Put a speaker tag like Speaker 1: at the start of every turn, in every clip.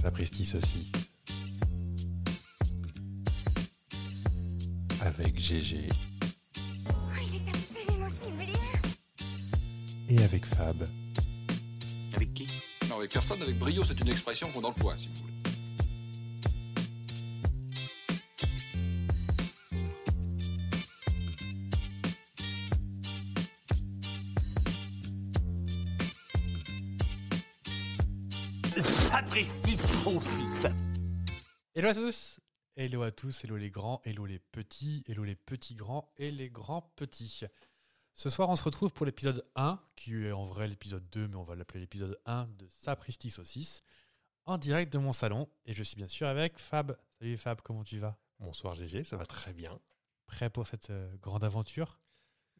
Speaker 1: Sapristi Saucisse. Avec GG
Speaker 2: Oh, il est absolument sublime
Speaker 1: et avec Fab.
Speaker 3: Avec qui
Speaker 4: Non, avec personne, avec brio, c'est une expression qu'on emploie, si vous voulez.
Speaker 3: Sapristi fils
Speaker 5: Hello à tous Hello à tous, hello les grands, hello les petits, hello les petits grands et les grands petits. Ce soir, on se retrouve pour l'épisode 1, qui est en vrai l'épisode 2, mais on va l'appeler l'épisode 1 de Sapristi Saucisse, en direct de mon salon. Et je suis bien sûr avec Fab. Salut Fab, comment tu vas
Speaker 1: Bonsoir GG, ça va très bien.
Speaker 5: Prêt pour cette euh, grande aventure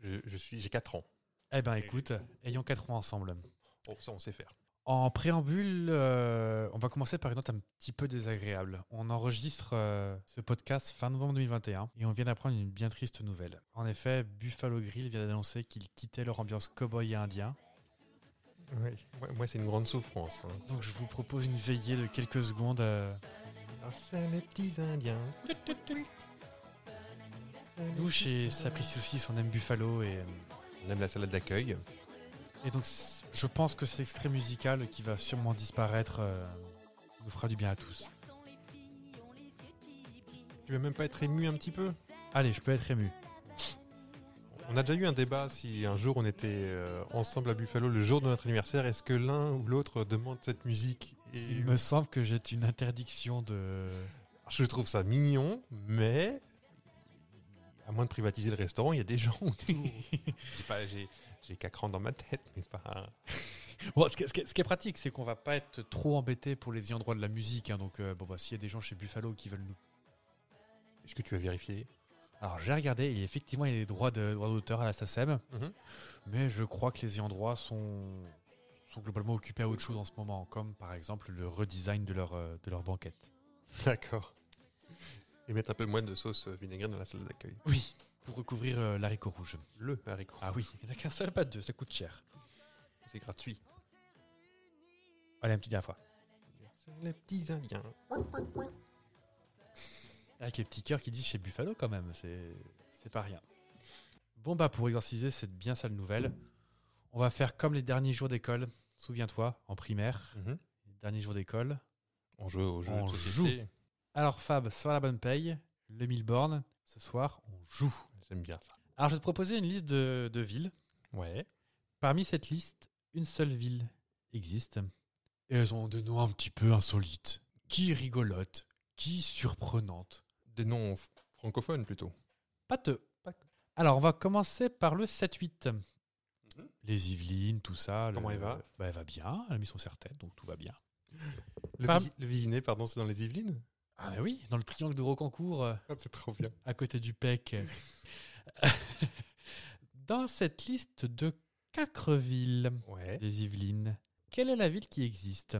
Speaker 1: Je, je suis, j'ai 4 ans.
Speaker 5: Eh ben écoute, ayons quatre ans ensemble.
Speaker 1: Oh, ça, on sait faire.
Speaker 5: En préambule, euh, on va commencer par une note un petit peu désagréable. On enregistre euh, ce podcast fin novembre 2021 et on vient d'apprendre une bien triste nouvelle. En effet, Buffalo Grill vient d'annoncer qu'ils quittaient leur ambiance cowboy et indien.
Speaker 1: Oui, moi, moi, c'est une grande souffrance. hein.
Speaker 5: Donc je vous propose une veillée de quelques secondes. euh.
Speaker 1: Ah, c'est les petits Indiens.
Speaker 5: Nous, chez Sapristi Saucisse, on aime Buffalo et, euh,
Speaker 1: On aime la salade d'accueil.
Speaker 5: et donc c- je pense que cet extrait musical qui va sûrement disparaître euh, nous fera du bien à tous.
Speaker 1: Tu veux même pas être ému un petit peu
Speaker 5: Allez, je peux être ému.
Speaker 1: On a déjà eu un débat si un jour on était euh, ensemble à Buffalo le jour de notre anniversaire, est-ce que l'un ou l'autre demande cette musique Et
Speaker 5: Il me semble que j'ai une interdiction de...
Speaker 1: je trouve ça mignon, mais à moins de privatiser le restaurant, il y a des gens autour. Je dis pas, j'ai j'ai Cacran dans ma tête, mais pas.
Speaker 5: Bon, ce, qui, ce qui- ce qui est pratique, c'est qu'on va pas être trop embêté pour les ayants droit de la musique. hein. donc, euh, bon, bah, s'il y a des gens chez Buffalo qui veulent nous.
Speaker 1: Est-ce que tu as vérifié
Speaker 5: Alors, j'ai regardé, et effectivement, il y a des droits de- droits d'auteur à la SACEM,
Speaker 1: Mhm.
Speaker 5: mais je crois que les ayants droit sont, sont globalement occupés à autre chose en ce moment, comme par exemple le redesign de leur, euh, de leur banquette.
Speaker 1: D'accord. Et mettre un peu moins de sauce vinaigrette dans la salle d'accueil.
Speaker 5: Oui, pour recouvrir euh, l'haricot rouge.
Speaker 1: Le haricot.
Speaker 5: Ah oui, il n'y en a qu'un seul, pas deux, ça coûte cher.
Speaker 1: C'est gratuit.
Speaker 5: Allez, une petite dernière fois.
Speaker 1: Les petits Indiens.
Speaker 5: Avec les petits cœurs qui disent chez Buffalo quand même, c'est c'est pas rien. Bon bah pour exorciser cette bien sale nouvelle, on va faire comme les derniers jours d'école. Souviens-toi, en primaire,
Speaker 1: Mhm.
Speaker 5: les derniers jours d'école.
Speaker 1: On joue au jeu
Speaker 5: On
Speaker 1: de société.
Speaker 5: joue. Alors Fab, sur la bonne paye, le mille bornes, ce soir on joue.
Speaker 1: J'aime bien ça.
Speaker 5: Alors je vais te proposer une liste de, de villes.
Speaker 1: Ouais.
Speaker 5: Parmi cette liste, une seule ville existe. Et elles ont des noms un petit peu insolites. Qui rigolote, qui surprenante.
Speaker 1: Des noms f- francophones plutôt.
Speaker 5: Pâteux.
Speaker 1: Pâteux.
Speaker 5: Alors, on va commencer par le 7-8. Les Yvelines, tout ça.
Speaker 1: Mhm. Comment
Speaker 5: le-
Speaker 1: elle va
Speaker 5: bah, Elle va bien, elle a mis son serre-tête, donc tout va bien.
Speaker 1: Le,
Speaker 5: Fab.
Speaker 1: visi- le Visiné, pardon, c'est dans les Yvelines
Speaker 5: Ah bah oui, dans le triangle de Rocancourt, euh,
Speaker 1: Ah, C'est trop bien.
Speaker 5: à côté du PEC. dans cette liste de quatre villes
Speaker 1: Ouais.
Speaker 5: des Yvelines, quelle est la ville qui existe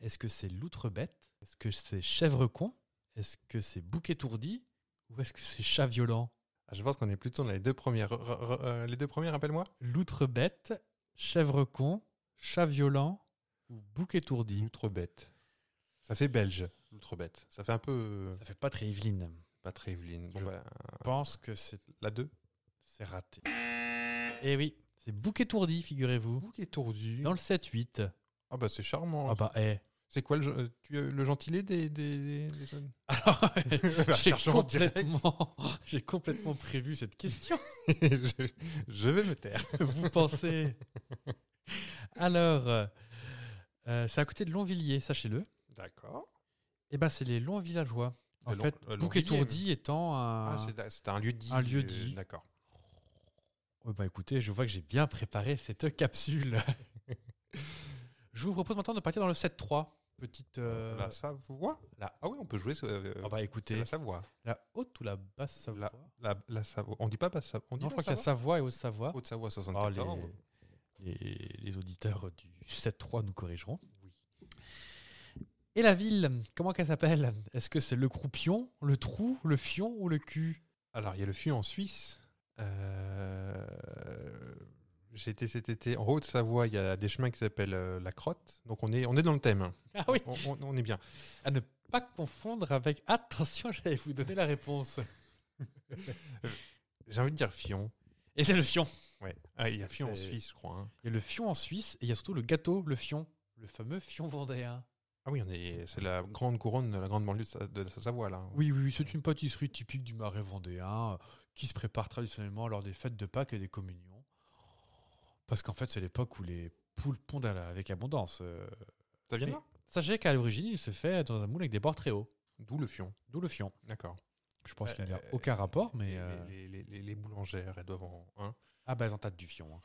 Speaker 5: Est-ce que c'est Loutrebête Est-ce que c'est Chèvrecon Est-ce que c'est Bouquetourdi Ou est-ce que c'est Chat Violent
Speaker 1: Ah, je pense qu'on est plutôt dans les deux premières. R- r- r- euh, les deux premières, rappelle-moi
Speaker 5: Loutrebête, Chèvrecon, Chat Violent ou Bouc étourdi.
Speaker 1: L'outre-bête. Ça fait belge, l'outre-bête. Ça fait un peu. euh,
Speaker 5: Ça fait pas très Yveline.
Speaker 1: Pas très Yvelines. Bon,
Speaker 5: Je-
Speaker 1: bah,
Speaker 5: Je pense que c'est
Speaker 1: la 2.
Speaker 5: c'est raté. Eh oui, c'est Bouc étourdi, figurez-vous.
Speaker 1: Bouc étourdi.
Speaker 5: Dans le 7-8.
Speaker 1: Ah bah c'est charmant.
Speaker 5: Ah bah, eh.
Speaker 1: C'est quoi le, gen- euh, tu, euh, le gentilé des, des, des- des zones
Speaker 5: Alors,
Speaker 1: La
Speaker 5: j'ai
Speaker 1: recherche en direct.
Speaker 5: complètement, j'ai complètement prévu cette question.
Speaker 1: je, je vais me taire.
Speaker 5: Vous pensez Alors, euh, c'est à côté de Longvilliers, sachez-le.
Speaker 1: D'accord.
Speaker 5: Eh ben, c'est les Longs Villageois. En
Speaker 1: Euh, Long-
Speaker 5: fait,
Speaker 1: euh,
Speaker 5: Bouc
Speaker 1: Longvilliers,
Speaker 5: étourdi étant un.
Speaker 1: Ah, c'est c'est un lieu dit.
Speaker 5: euh, un lieu
Speaker 1: euh,
Speaker 5: dit.
Speaker 1: D'accord.
Speaker 5: Ouais, bah écoutez, je vois que j'ai bien préparé cette capsule. je vous propose maintenant de partir dans le 7-3. Petite. euh,
Speaker 1: La Savoie
Speaker 5: la-
Speaker 1: Ah oui, on peut jouer. euh,
Speaker 5: ah bah
Speaker 1: c'est
Speaker 5: écoutez,
Speaker 1: la Savoie.
Speaker 5: la haute ou la basse Savoie
Speaker 1: La, la Savoie. On dit pas pas Savoie. On dit
Speaker 5: Non, je crois qu'il y a
Speaker 1: Savoie.
Speaker 5: Savoie et Haute-Savoie.
Speaker 1: Haute-Savoie
Speaker 5: Oh,
Speaker 1: 74.
Speaker 5: les, les- les auditeurs du 7-3 nous corrigeront. Et la ville, comment qu'elle s'appelle Est-ce que c'est le croupion, le trou, le fion ou le cul
Speaker 1: Alors, il y a le fût en Suisse. Euh, J'étais cet été en Haute-Savoie, il y a des chemins qui s'appellent euh, la Crotte. Donc on est, on est dans le thème.
Speaker 5: Ah oui,
Speaker 1: On, on- on est bien.
Speaker 5: à ne pas confondre avec. Attention, j'allais vous donner la réponse.
Speaker 1: J'ai envie de dire Fion.
Speaker 5: Et c'est le fion.
Speaker 1: Ouais. Ah, il y a Fion en
Speaker 5: C'est-
Speaker 1: Suisse, je crois. hein.
Speaker 5: Il y a le fion en Suisse et il y a surtout le gâteau, le fion, le fameux fion vendéen.
Speaker 1: Ah oui, on est, c'est la grande couronne, la grande banlieue de, Sa- de Sa- Savoie, là.
Speaker 5: Oui, oui, oui, c'est une pâtisserie typique du marais vendéen euh, qui se prépare traditionnellement lors des fêtes de Pâques et des communions. Parce qu'en fait, c'est l'époque où les poules pondent à la- avec abondance. euh.
Speaker 1: Ça vient de
Speaker 5: Mais-
Speaker 1: là
Speaker 5: Sachez qu'à l'origine, il se fait dans un moule avec des bords très hauts,
Speaker 1: D'où le Fion.
Speaker 5: d'où le fion.
Speaker 1: D'accord.
Speaker 5: Je pense qu'il n'y a
Speaker 1: Euh,
Speaker 5: aucun rapport, mais.
Speaker 1: Les,
Speaker 5: euh,
Speaker 1: les- les- les- les boulangères, elles doivent en. hein.
Speaker 5: Ah, bah, elles en tâtent du fion. hein.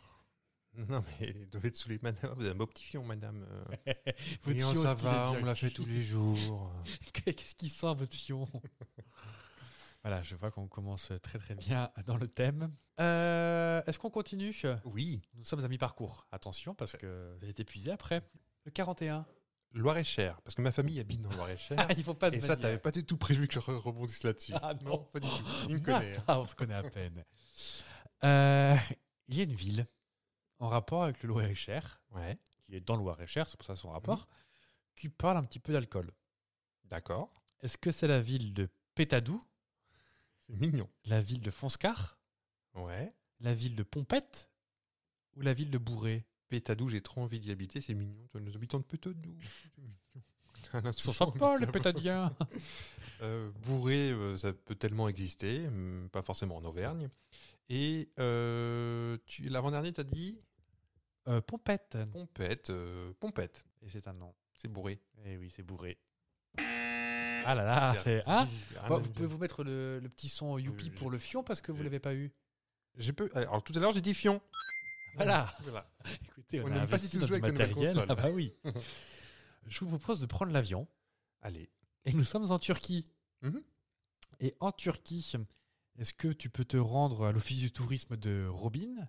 Speaker 1: non, mais elles doivent être sous les madames. Vous avez un beau petit Fion, madame. euh.
Speaker 5: Votre
Speaker 1: Oui, ça
Speaker 5: fion, est-ce qu'il est
Speaker 1: va,
Speaker 5: bien
Speaker 1: on me l'a fait
Speaker 5: cuit
Speaker 1: tous les jours.
Speaker 5: Qu'est-ce qui sent votre fion Voilà, je vois qu'on commence très très bien dans le thème. Euh, Est-ce qu'on continue
Speaker 1: oui.
Speaker 5: Nous sommes à mi-parcours. Attention, parce que vous allez être épuisé après. Le 41.
Speaker 1: Loire-et-Cher, parce que ma famille habite dans Loire-et-Cher.
Speaker 5: Ah, il faut pas de
Speaker 1: et ça,
Speaker 5: manière.
Speaker 1: t'avais pas du tout prévu que je re- rebondisse là-dessus.
Speaker 5: Ah non.
Speaker 1: pas du tout. Il me connaît. hein.
Speaker 5: Ah, on se connaît à peine. Euh, il y a une ville en rapport avec le Loir-et-Cher,
Speaker 1: hein. Ouais,
Speaker 5: qui est dans le Loir-et-Cher, c'est pour ça son rapport, qui parle un petit peu d'alcool.
Speaker 1: d'accord.
Speaker 5: Est-ce que c'est la ville de Pétadou,
Speaker 1: C'est mignon.
Speaker 5: la ville de Fonscar,
Speaker 1: Ouais.
Speaker 5: la ville de Pompette ou la ville de Bourré
Speaker 1: Pétadou, j'ai trop envie d'y habiter, c'est mignon. Tu vois, Nos habitants de Pétadou. c'est mignon. C'est un
Speaker 5: Ils sont
Speaker 1: insultant,
Speaker 5: sympas, les
Speaker 1: évidemment.
Speaker 5: pétadiens
Speaker 1: Euh, bourré, euh, ça peut tellement exister, hum, pas forcément en Auvergne. Et euh, tu- l'avant-dernier, t'as dit
Speaker 5: Euh, Pompette.
Speaker 1: Pompette. euh, Pompette,
Speaker 5: Et c'est un nom.
Speaker 1: c'est bourré.
Speaker 5: Et oui, c'est Bourré. Ah là là, c'est... Ah
Speaker 1: Ah,
Speaker 5: Bon,
Speaker 1: non,
Speaker 5: vous pouvez vous mettre le, le petit son youpi pour le fion parce que vous
Speaker 1: je-
Speaker 5: l'avez pas eu.
Speaker 1: j'ai peu- Alors tout à l'heure, j'ai dit Fion.
Speaker 5: Ah, Voilà.
Speaker 1: Voilà.
Speaker 5: Écoutez,
Speaker 1: on
Speaker 5: on,
Speaker 1: n'aime
Speaker 5: a
Speaker 1: pas
Speaker 5: investi
Speaker 1: du tout
Speaker 5: dans
Speaker 1: jouer
Speaker 5: du
Speaker 1: avec la nouvelle
Speaker 5: matériel.
Speaker 1: console.
Speaker 5: Ah bah oui. Je vous propose de prendre l'avion
Speaker 1: Allez.
Speaker 5: et nous sommes en Turquie.
Speaker 1: Mhm.
Speaker 5: Et en Turquie, est-ce que tu peux te rendre à l'office du tourisme de Robin,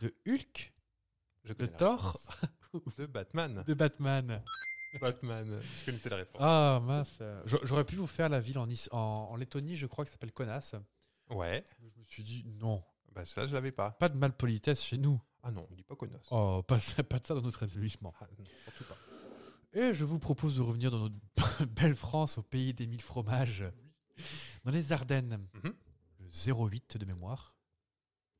Speaker 5: de Hulk,
Speaker 1: Je
Speaker 5: de
Speaker 1: connais la
Speaker 5: Thor,
Speaker 1: réponse. De Batman.
Speaker 5: de Batman
Speaker 1: Batman. Je connaissais la réponse.
Speaker 5: Ah mince, euh, j'a- j'aurais pu vous faire la ville en, Is- en, en Lettonie, je crois que ça s'appelle Konas.
Speaker 1: Ah. Ouais.
Speaker 5: Je me suis dit non,
Speaker 1: Bah celle-là, je l'avais pas.
Speaker 5: pas de malpolitesse chez nous.
Speaker 1: Ah non, on dit pas connasse.
Speaker 5: Oh, pas, ça- pas de ça dans notre établissement.
Speaker 1: Ah, non, surtout pas.
Speaker 5: Et je vous propose de revenir dans notre belle France, au pays des mille fromages, dans les Ardennes.
Speaker 1: Mhm.
Speaker 5: Le 08 de mémoire.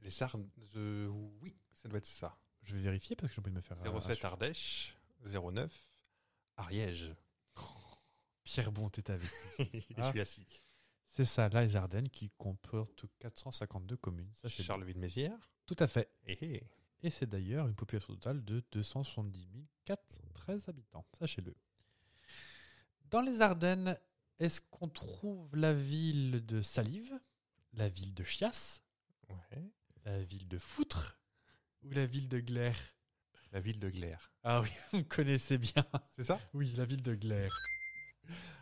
Speaker 1: Les Sardes, euh, oui, ça doit être ça.
Speaker 5: Je vais vérifier parce que j'ai envie de me faire. euh,
Speaker 1: 07
Speaker 5: assurer.
Speaker 1: Ardèche, 09 Ariège.
Speaker 5: Pierre Bon, t'es avec.
Speaker 1: Je suis assis.
Speaker 5: C'est ça, là, les Ardennes qui comportent 452 communes. Ça, c'est
Speaker 1: Charleville-Mézières.
Speaker 5: Tout à fait.
Speaker 1: Eh, eh.
Speaker 5: Et c'est d'ailleurs une population totale de 270 413 habitants, sachez-le. Dans les Ardennes, est-ce qu'on trouve la ville de Salive, la ville de Chiasse,
Speaker 1: Ouais.
Speaker 5: la ville de Foutre ou la ville de Glaire
Speaker 1: La ville de Glaire.
Speaker 5: Ah oui, vous me connaissez bien.
Speaker 1: C'est ça
Speaker 5: Oui, la ville de Glaire.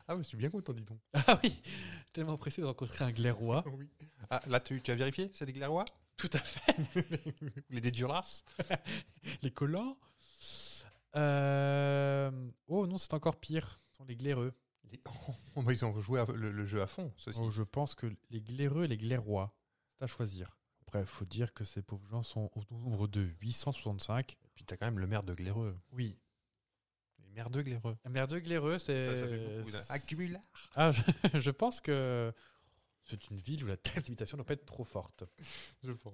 Speaker 1: Ah, mais je suis bien content, dis donc.
Speaker 5: Ah oui, tellement pressé de rencontrer un Glairois.
Speaker 1: oui. Ah, là, tu, tu as vérifié C'est des Glairois
Speaker 5: Tout à fait,
Speaker 1: Ou les des Duras
Speaker 5: les collants. Euh, Oh non, c'est encore pire, ce sont les Glaireux.
Speaker 1: Les- Oh, bah, Ils ont joué à- le, le jeu à fond, ceci.
Speaker 5: Oh, je pense que les glaireux et les glairois, c'est à choisir. Après, il faut dire que ces pauvres gens sont au nombre de 865.
Speaker 1: Et puis, t'as quand même le maire de Glaireux.
Speaker 5: Oui.
Speaker 1: Les maires de Glaireux.
Speaker 5: Un maire de glaireux, c'est.
Speaker 1: Ça, ça fait beaucoup. d'un Accumulard
Speaker 5: Ah, je, je pense que c'est une ville où la taxe d'habitation ne doit pas être trop forte.
Speaker 1: Je pense.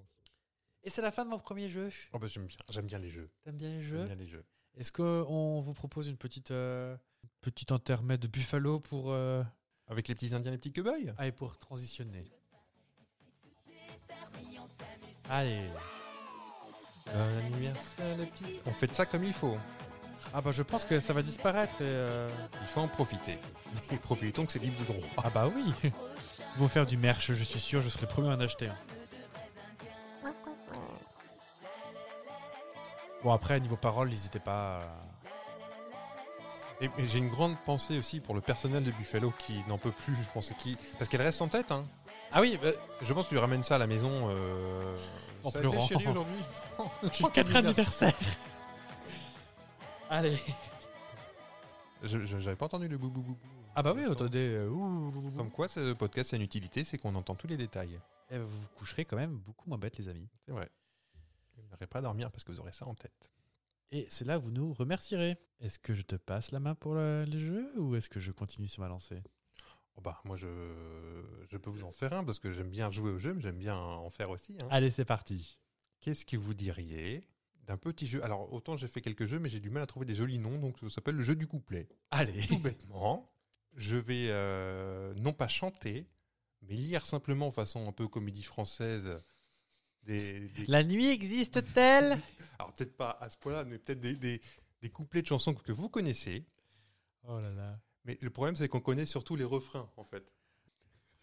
Speaker 5: Et c'est la fin de mon premier jeu.
Speaker 1: Oh, bah, j'aime bien. J'aime bien les jeux.
Speaker 5: T'aimes bien les
Speaker 1: J'aime
Speaker 5: jeux
Speaker 1: bien les jeux.
Speaker 5: Est-ce qu'on vous propose une petite, euh, petite intermède de Buffalo pour, euh,
Speaker 1: Avec les petits Indiens, les petits cow-boys
Speaker 5: allez, pour transitionner Allez.
Speaker 1: Bon anniversaire, Euh, les petits. On fait de ça comme il faut.
Speaker 5: Ah bah je pense que ça va disparaître et. euh,
Speaker 1: Il faut en profiter. Et profitons que c'est libre de droit.
Speaker 5: Ah bah oui Ils vont faire du merch, je suis sûr, je serai le premier à en acheter. un. Bon après, niveau parole, n'hésitez pas. euh,
Speaker 1: Et et j'ai une grande pensée aussi pour le personnel de Buffalo qui n'en peut plus, je pense, et qui... parce qu'elle reste en tête. Hein.
Speaker 5: Ah oui, bah,
Speaker 1: Je pense que tu lui ramènes ça à la maison. euh,
Speaker 5: En
Speaker 1: ça a été
Speaker 5: pleurant.
Speaker 1: chéri, aujourd'hui.
Speaker 5: quatre anniversaires Allez
Speaker 1: Je- je- J'avais pas entendu le bou bou bou. bou.
Speaker 5: Ah bah oui, attendez, euh, ouh, ouh, ouh, ouh.
Speaker 1: Comme quoi, ce podcast a une utilité, c'est qu'on entend tous les détails.
Speaker 5: Eh, vous vous coucherez quand même beaucoup moins bête les amis.
Speaker 1: C'est vrai. Vous n'aurez pas à dormir parce que vous aurez ça en tête.
Speaker 5: Et c'est là que vous nous remercierez. Est-ce que je te passe la main pour le- les jeux ou est-ce que je continue sur ma lancée
Speaker 1: Oh bah, moi, je, je peux vous en faire un parce que j'aime bien jouer au jeu, mais j'aime bien en faire aussi. hein.
Speaker 5: Allez, c'est parti.
Speaker 1: Qu'est-ce que vous diriez d'un petit jeu Alors, autant j'ai fait quelques jeux, mais j'ai du mal à trouver des jolis noms, donc ça s'appelle le jeu du couplet.
Speaker 5: Allez.
Speaker 1: Tout bêtement, je vais euh, non pas chanter, mais lire simplement, façon un peu comédie française, des, des-
Speaker 5: La nuit existe-t-elle
Speaker 1: alors peut-être pas à ce point-là, mais peut-être des, des- des couplets de chansons que vous connaissez.
Speaker 5: Oh là là.
Speaker 1: Mais le problème, c'est qu'on connaît surtout les refrains, en fait.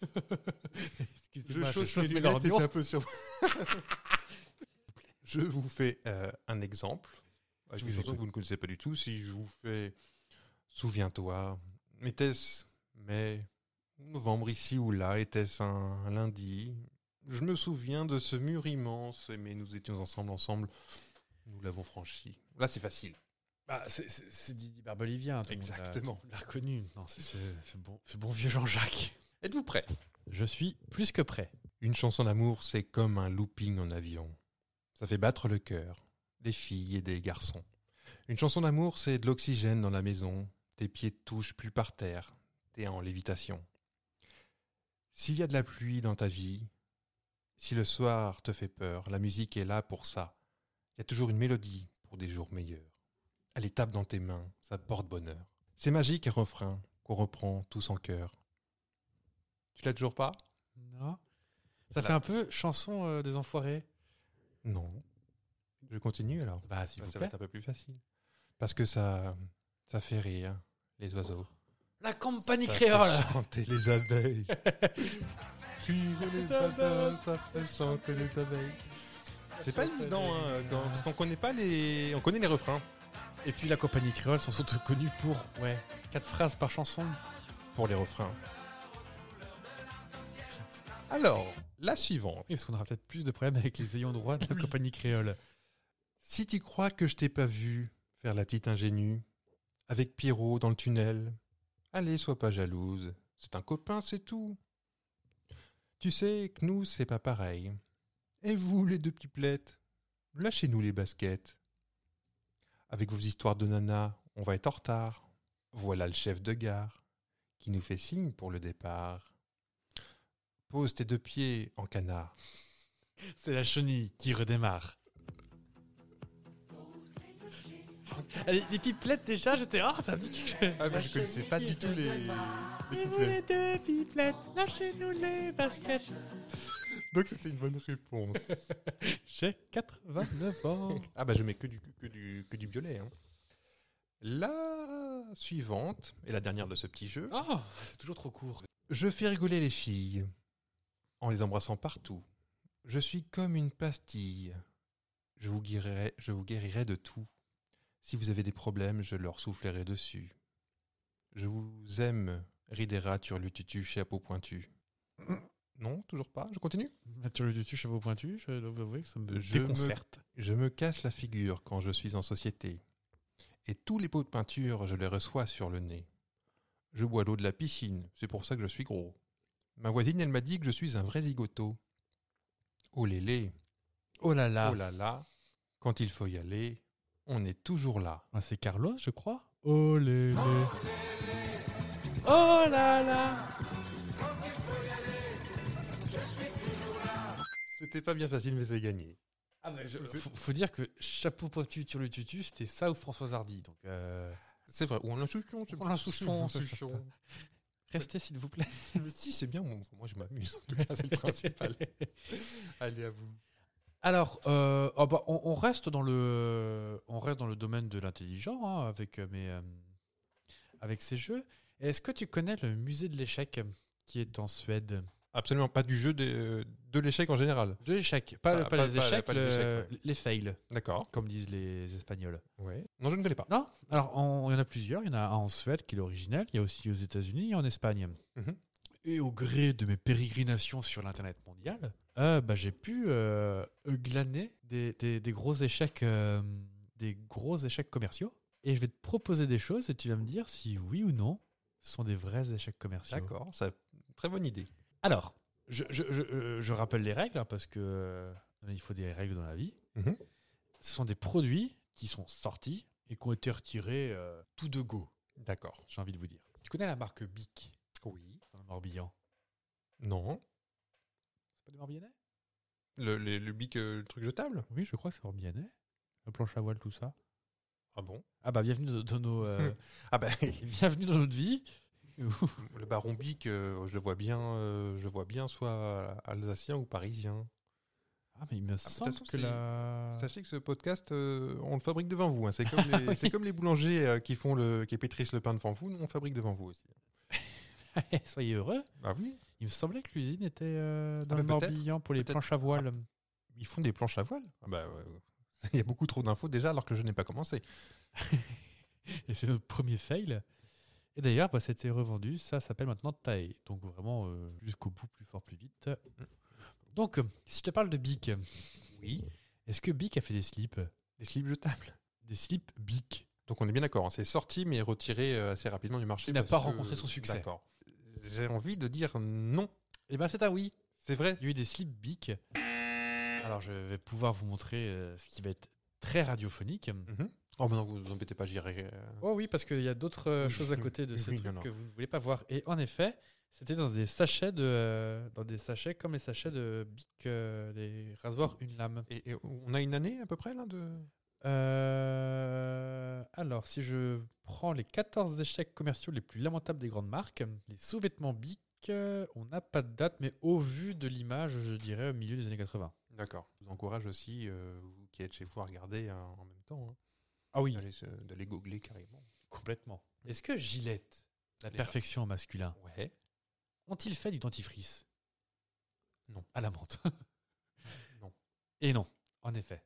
Speaker 1: Je
Speaker 5: Excusez-moi,
Speaker 1: chausse mes lunettes et c'est un peu sur. je vous fais euh, un exemple. Je
Speaker 5: vous
Speaker 1: vous
Speaker 5: écoute.
Speaker 1: que vous ne connaissez pas du tout. Si je vous fais Souviens-toi, était-ce mai, novembre ici ou là, était-ce un lundi Je me souviens de ce mur immense, mais nous étions ensemble, ensemble, nous l'avons franchi. Là, c'est facile.
Speaker 5: Bah, c'est- c'est c'est Didi Barbolivien. tout le monde l'a-
Speaker 1: Exactement.
Speaker 5: tout le monde L'a reconnu. Non, c'est ce, ce bon, ce bon vieux Jean-Jacques.
Speaker 1: Êtes-vous prêts
Speaker 5: Je suis plus que prêt.
Speaker 1: Une chanson d'amour, c'est comme un looping en avion. Ça fait battre le cœur des filles et des garçons. Une chanson d'amour, c'est de l'oxygène dans la maison. Tes pieds touchent plus par terre. T'es en lévitation. S'il y a de la pluie dans ta vie, si le soir te fait peur, la musique est là pour ça. Il y a toujours une mélodie pour des jours meilleurs. Elle tape dans tes mains, ça porte bonheur. C'est magique un refrain qu'on reprend tous en cœur. Tu l'as toujours pas
Speaker 5: Non. Ça
Speaker 1: Voilà.
Speaker 5: fait un peu chanson euh, des enfoirés.
Speaker 1: Non. Je continue alors.
Speaker 5: Bah, s'il
Speaker 1: Ça,
Speaker 5: vous
Speaker 1: ça va
Speaker 5: plaît.
Speaker 1: être un peu plus facile. Parce que ça, ça fait rire les oiseaux.
Speaker 5: La compagnie
Speaker 1: Ça fait
Speaker 5: créole.
Speaker 1: chanter les abeilles. Rire les oiseaux, ça fait chanter les abeilles. C'est pas évident, hein, quand- parce qu'on connaît pas les, on connaît les refrains.
Speaker 5: Et puis la compagnie créole sont surtout connus pour ouais, quatre phrases par chanson.
Speaker 1: Pour les refrains. Alors, la suivante.
Speaker 5: Oui, parce qu'on aura peut-être plus de problèmes avec les ayants droit de la compagnie créole.
Speaker 1: Si tu crois que je t'ai pas vu faire la petite ingénue, avec Pierrot dans le tunnel, allez, sois pas jalouse, c'est un copain, c'est tout. Tu sais que nous, c'est pas pareil. Et vous, les deux petits plettes, lâchez-nous les baskets. Avec vos histoires de nana, on va être en retard. Voilà le chef de gare qui nous fait signe pour le départ. Pose tes deux pieds en canard.
Speaker 5: C'est la chenille qui redémarre. Allez, les pipelettes déjà, j'étais ah, ça me dit quelque chose.
Speaker 1: Ah, mais je connaissais pas du tout les. les
Speaker 5: Et vous
Speaker 1: couplets.
Speaker 5: les deux pipelettes, lâchez-nous les baskets.
Speaker 1: Donc c'était une bonne réponse.
Speaker 5: J'ai 89 ans.
Speaker 1: Ah bah je mets que du, que du, que du violet. hein. La suivante, et la dernière de ce petit jeu.
Speaker 5: Oh, c'est toujours trop court.
Speaker 1: Je fais rigoler les filles en les embrassant partout. Je suis comme une pastille. Je vous guérirai, je vous guérirai de tout. Si vous avez des problèmes, je leur soufflerai dessus. Je vous aime, ridera, turlututu, chapeau pointu. Non, toujours pas, je continue
Speaker 5: Nature du dessus, chapeau pointu, je dois vous avouer que ça me
Speaker 1: Je me-
Speaker 5: déconcerte.
Speaker 1: Je me casse la figure quand je suis en société. Et tous les pots de peinture, je les reçois sur le nez. Je bois l'eau de la piscine, c'est pour ça que je suis gros. Ma voisine, elle m'a dit que je suis un vrai zigoto. Oh lélé,
Speaker 5: Oh là là.
Speaker 1: oh là là, quand il faut y aller, on est toujours là.
Speaker 5: Ah, c'est Carlos, je crois. Oh les Oh là là
Speaker 1: C'était pas bien facile, mais c'est gagné.
Speaker 5: faut, faut dire que chapeau pointu sur le tutu, c'était ça ou François Hardy. Donc euh,
Speaker 1: C'est vrai, on l'insouchon, c'est
Speaker 5: On l'insouchon,
Speaker 1: c'est l'insouchon.
Speaker 5: restez s'il vous plaît.
Speaker 1: Mais si, c'est bien, moi moi, je m'amuse, en tout cas, c'est le principal. Allez, à vous.
Speaker 5: Alors, euh, oh bah, on, on reste dans le, on reste dans le domaine de l'intelligent hein, avec euh, mes, euh, avec ces jeux. Est-ce que tu connais le musée de l'échec qui est en Suède
Speaker 1: Absolument pas du jeu de, de l'échec en général.
Speaker 5: De l'échec, pas,
Speaker 1: Pas-
Speaker 5: pas
Speaker 1: pas-
Speaker 5: les
Speaker 1: pas-
Speaker 5: échecs,
Speaker 1: pas les
Speaker 5: le-
Speaker 1: échecs,
Speaker 5: les fails,
Speaker 1: D'accord.
Speaker 5: comme disent les Espagnols.
Speaker 1: Ouais. Non, je ne connais pas.
Speaker 5: Non, alors on- il y en a plusieurs. Il y en a un en Suède qui est l'original. Il y a aussi aux États-Unis et en Espagne.
Speaker 1: Mhm.
Speaker 5: Et au gré de mes pérégrinations sur l'internet mondial, euh, bah, j'ai pu euh, glaner des, des- des gros échecs, euh, des gros échecs commerciaux. Et je vais te proposer des choses et tu vas me dire si oui ou non ce sont des vrais échecs commerciaux.
Speaker 1: D'accord, ça, très bonne idée.
Speaker 5: Alors, je, je- je- euh, je rappelle les règles hein, parce que euh, il faut des règles dans la vie.
Speaker 1: Mhm.
Speaker 5: Ce sont des produits qui sont sortis et qui ont été retirés euh, tout de go,
Speaker 1: D'accord.
Speaker 5: j'ai envie de vous dire. Tu connais la marque Bic
Speaker 1: Oui.
Speaker 5: dans le Morbihan
Speaker 1: Non.
Speaker 5: C'est pas des Morbihanais
Speaker 1: Le, le, le bic, euh, le truc jetable
Speaker 5: Oui, je crois que c'est Morbihanais. La planche à voile, tout ça.
Speaker 1: Ah bon
Speaker 5: Ah bah bienvenue dans, dans nos, euh,
Speaker 1: Ah ben,
Speaker 5: bienvenue dans notre vie.
Speaker 1: le baron bic, euh, je le vois bien, euh, je le vois bien soit alsacien ou parisien.
Speaker 5: Ah mais il me semble
Speaker 1: façon,
Speaker 5: que
Speaker 1: c'est-
Speaker 5: la.
Speaker 1: Sachez que ce podcast, euh, on le fabrique devant vous. hein. C'est comme, les-
Speaker 5: oui.
Speaker 1: c'est comme les boulangers euh, qui font le, qui pétrissent le pain devant vous. Nous, on fabrique devant vous aussi.
Speaker 5: Eh, Soyez heureux.
Speaker 1: Ah oui.
Speaker 5: Il me semblait que l'usine était euh, dans
Speaker 1: Ah
Speaker 5: le
Speaker 1: bah peut-être,
Speaker 5: Morbihan pour les
Speaker 1: peut-être.
Speaker 5: planches à voile.
Speaker 1: Ils font des planches à voile. Ah bah, ouais, ouais. il y a beaucoup trop d'infos déjà, alors que je n'ai pas commencé.
Speaker 5: Et c'est notre premier fail. Et d'ailleurs, bah, c'était revendu. Ça s'appelle maintenant Tae. Donc vraiment, euh, jusqu'au bout, plus fort, plus vite. Donc, si je te parle de Bic,
Speaker 1: Oui.
Speaker 5: est-ce que Bic a fait des slips
Speaker 1: Des slips jetables.
Speaker 5: Des slips Bic
Speaker 1: Donc on est bien d'accord. hein. C'est sorti, mais retiré euh, assez rapidement du marché.
Speaker 5: Il n'a
Speaker 1: parce
Speaker 5: pas
Speaker 1: que-
Speaker 5: rencontré son succès.
Speaker 1: D'accord. J'ai envie de dire non.
Speaker 5: Eh ben c'est un oui.
Speaker 1: C'est vrai.
Speaker 5: Il y a eu des slips Bic. Alors, je vais pouvoir vous montrer euh, ce qui va être très radiophonique.
Speaker 1: Oh, mais non, vous vous embêtez pas, j'irai. euh,
Speaker 5: Oh oui, parce qu'il y a d'autres euh,
Speaker 1: Oui.
Speaker 5: choses à côté de ces
Speaker 1: Oui,
Speaker 5: trucs
Speaker 1: non, non.
Speaker 5: que vous ne voulez pas voir. Et en effet, c'était dans des sachets de, euh, dans des sachets comme les sachets de Bic, euh, les rasoirs une lame.
Speaker 1: Et, et on a une année à peu près là de.
Speaker 5: Euh, alors, si je prends les 14 échecs commerciaux les plus lamentables des grandes marques, les sous-vêtements Bic, euh, on n'a pas de date, mais au vu de l'image, je dirais au milieu des années 80.
Speaker 1: D'accord. Je vous encourage aussi, euh, vous qui êtes chez vous, à regarder hein, en même temps, hein,
Speaker 5: Ah oui,
Speaker 1: d'aller se- d'aller googler carrément.
Speaker 5: complètement. Est-ce que Gillette, la perfection Mmh. en masculin,
Speaker 1: Ouais.
Speaker 5: ont-ils fait du dentifrice
Speaker 1: Non.
Speaker 5: À la menthe.
Speaker 1: Non.
Speaker 5: Et non, en effet.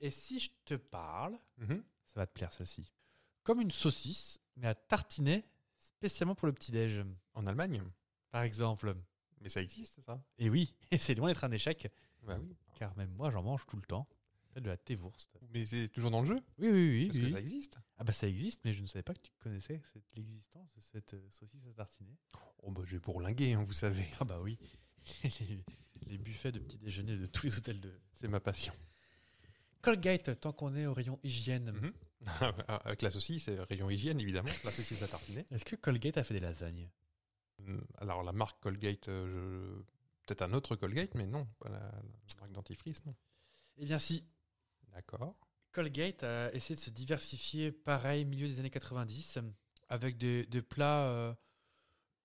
Speaker 5: Et si je te parle,
Speaker 1: Mhm.
Speaker 5: ça va te plaire celle-ci. Comme une saucisse, mais à tartiner spécialement pour le petit-déj,
Speaker 1: En Allemagne.
Speaker 5: par exemple.
Speaker 1: Mais ça existe, ça
Speaker 5: Et oui, et c'est loin d'être un échec,
Speaker 1: Bah oui.
Speaker 5: car même moi j'en mange tout le temps. Peut-être de la tévourste.
Speaker 1: Mais c'est toujours dans le jeu
Speaker 5: Oui, oui, oui.
Speaker 1: Parce
Speaker 5: oui.
Speaker 1: que ça existe.
Speaker 5: Ah bah ça existe, mais je ne savais pas que tu connaissais cette- l'existence de cette euh, saucisse à tartiner.
Speaker 1: Oh, bah, je vais bourlinguer, hein, vous savez.
Speaker 5: Ah bah oui, les, les buffets de petit déjeuner de tous les hôtels de
Speaker 1: C'est ma passion.
Speaker 5: Colgate, tant qu'on est au rayon hygiène.
Speaker 1: Mhm. Avec la saucisse, euh, rayon hygiène, évidemment. La saucisse à tartiner.
Speaker 5: Est-ce que Colgate a fait des lasagnes
Speaker 1: Mm, Alors, la marque Colgate, euh, je- peut-être un autre Colgate, mais non. Pas la, la marque dentifrice, non.
Speaker 5: Eh bien si,
Speaker 1: D'accord.
Speaker 5: Colgate a essayé de se diversifier, pareil, milieu des années 90, avec des, des plats, euh,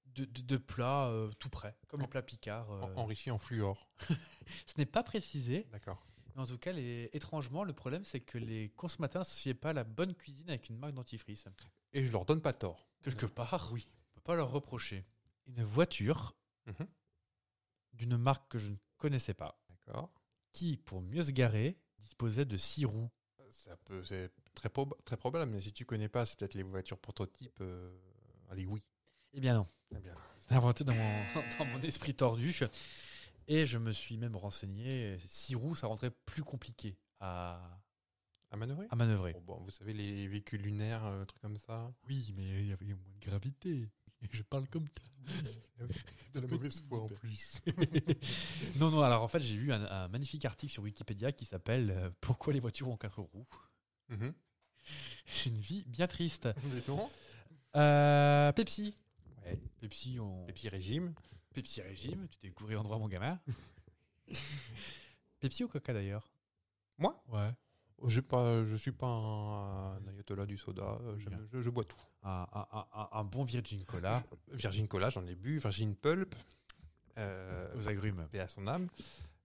Speaker 5: de, de- de plats euh, tout près, comme
Speaker 1: En-
Speaker 5: les plats Picard. euh.
Speaker 1: En- enrichi en fluor.
Speaker 5: Ce n'est pas précisé,
Speaker 1: D'accord.
Speaker 5: mais en tout cas, les- étrangement, le problème, c'est que les consommateurs n'associaient pas la bonne cuisine avec une marque dentifrice.
Speaker 1: Et je leur donne pas tort.
Speaker 5: Quelque part, oui. On ne peut pas leur reprocher. Une voiture
Speaker 1: Mhm.
Speaker 5: d'une marque que je ne connaissais pas,
Speaker 1: D'accord.
Speaker 5: qui, pour mieux se garer, disposait de six roues.
Speaker 1: Ça peut, c'est très, prob- très probable, mais si tu connais pas, c'est peut-être les voitures prototypes. euh, Allez, oui.
Speaker 5: Eh bien non.
Speaker 1: Eh bien,
Speaker 5: C'est inventé dans mon, dans mon esprit tordu. Et je me suis même renseigné, 6 roues, ça rendrait plus compliqué à,
Speaker 1: à manœuvrer.
Speaker 5: à manœuvrer.
Speaker 1: Bon, bon, vous savez, les véhicules lunaires, euh, trucs comme ça.
Speaker 5: Oh Oui, mais il y avait moins de gravité. Je parle comme ça.
Speaker 1: De la mauvaise foi en plus.
Speaker 5: non, non, alors en fait, j'ai lu un, un magnifique article sur Wikipédia qui s'appelle euh, Pourquoi les voitures ont 4 roues
Speaker 1: Mhm.
Speaker 5: J'ai une vie bien triste. Euh, Pepsi.
Speaker 1: Ouais.
Speaker 5: Pepsi, on...
Speaker 1: Les petits régimes.
Speaker 5: Pepsi Régime, tu t'es couru en droit, mon gamin. Pepsi ou Coca d'ailleurs
Speaker 1: Moi
Speaker 5: Ouais.
Speaker 1: Je pas, je suis pas un, un ayatollah du soda. euh, j'aime-
Speaker 5: Bien.
Speaker 1: Je, je bois tout.
Speaker 5: un, un- un- un- un bon Virgin Cola
Speaker 1: Virgin Cola, j'en ai bu. Virgin Pulp. Euh,
Speaker 5: aux agrumes.
Speaker 1: paix à son âme.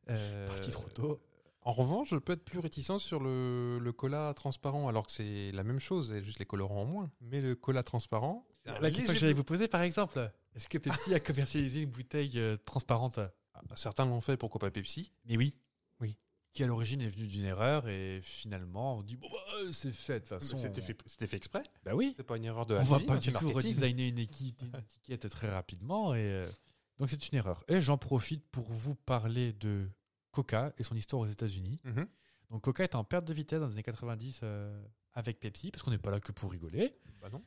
Speaker 1: Euh,
Speaker 5: Parti trop tôt.
Speaker 1: En revanche, je peux être plus réticent sur le, le cola transparent, alors que c'est la même chose, et juste les colorants en moins. Mais le cola transparent.
Speaker 5: La,
Speaker 1: un
Speaker 5: question que
Speaker 1: léger
Speaker 5: j'allais vous poser, par exemple, est-ce que Pepsi a commercialisé une bouteille euh, transparente
Speaker 1: peu- Ah, Certains l'ont fait, pourquoi pas Pepsi
Speaker 5: Mais oui.
Speaker 1: Oui.
Speaker 5: Qui à l'origine est venue d'une erreur et finalement on dit bon bah, euh, c'est fait de toute façon.
Speaker 1: C'était
Speaker 5: on-
Speaker 1: fait, c'était fait exprès.
Speaker 5: Bah oui.
Speaker 1: C'est pas une erreur de
Speaker 5: on va
Speaker 1: Alvin,
Speaker 5: pas
Speaker 1: c'est
Speaker 5: du tout
Speaker 1: marketing.
Speaker 5: redesigner une, équi- une étiquette très rapidement et euh, donc c'est une erreur. Et j'en profite pour vous parler de Coca et son histoire aux États-Unis.
Speaker 1: Mhm.
Speaker 5: Donc Coca est en perte de vitesse dans les années 90 euh, avec Pepsi parce qu'on n'est pas là que pour rigoler.
Speaker 1: Bah non.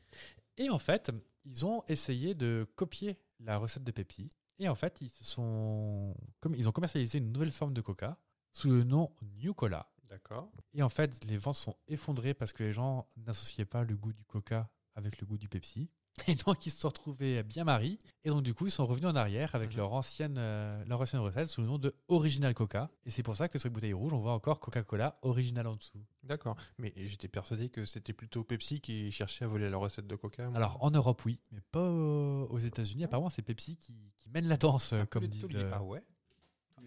Speaker 5: Et en fait, ils ont essayé de copier la recette de Pepsi. Et en fait, ils se sont, comme ils ont commercialisé une nouvelle forme de Coca sous le nom New Cola.
Speaker 1: D'accord.
Speaker 5: Et en fait, les ventes sont effondrées parce que les gens n'associaient pas le goût du Coca avec le goût du Pepsi. Et donc, ils se sont retrouvés bien maris. Et donc, du coup, ils sont revenus en arrière avec
Speaker 1: Mhm.
Speaker 5: leur, ancienne, euh, leur ancienne recette sous le nom de Original Coca. Et c'est pour ça que sur les bouteilles rouges, on voit encore Coca-Cola Original en dessous.
Speaker 1: D'accord. Mais j'étais persuadé que c'était plutôt Pepsi qui cherchait à voler la recette de Coca. moi.
Speaker 5: Alors, en Europe, oui, mais pas aux aux États-Unis. Apparemment, c'est Pepsi qui, qui mène la danse,
Speaker 1: Ah,
Speaker 5: comme
Speaker 1: tous les-
Speaker 5: disent.
Speaker 1: tous les-
Speaker 5: euh,
Speaker 1: Ah ouais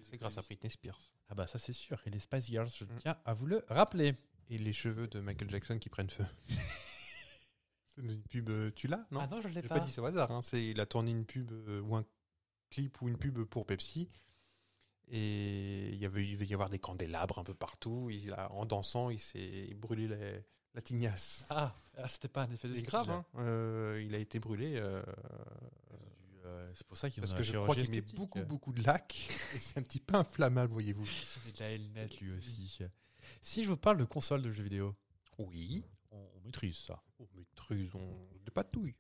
Speaker 1: C'est grâce à Britney Spears.
Speaker 5: Ah bah ça c'est sûr. Et les Spice Girls, je
Speaker 1: Mm.
Speaker 5: tiens à vous le rappeler.
Speaker 1: Et les cheveux de Michael Jackson qui prennent feu. c'est une pub, euh, tu l'as Non,
Speaker 5: ah non, je l'ai
Speaker 1: j'ai pas
Speaker 5: pas.
Speaker 1: dit ça au hasard. hein. C'est, il a tourné une pub euh, ou un clip ou une pub pour Pepsi. Et il y avait, il devait y avoir des candélabres un peu partout. Il a, en dansant, il s'est brûlé la, la tignasse.
Speaker 5: Ah, ah, c'était pas un effet de
Speaker 1: C'est
Speaker 5: style.
Speaker 1: grave, hein. Euh, il a été brûlé euh,
Speaker 5: Ils ont dû, euh, c'est pour ça qu'ils ont
Speaker 1: parce
Speaker 5: un
Speaker 1: que je crois
Speaker 5: chirurgien
Speaker 1: qu'il met
Speaker 5: esthétique.
Speaker 1: beaucoup, beaucoup de lac et c'est un petit peu inflammable, voyez-vous.
Speaker 5: Il met de la Hellnet lui aussi. Si je vous parle de console de jeux vidéo,
Speaker 1: Oui,
Speaker 5: on, on maîtrise ça.
Speaker 1: on maîtrise, on Oh, de patouille.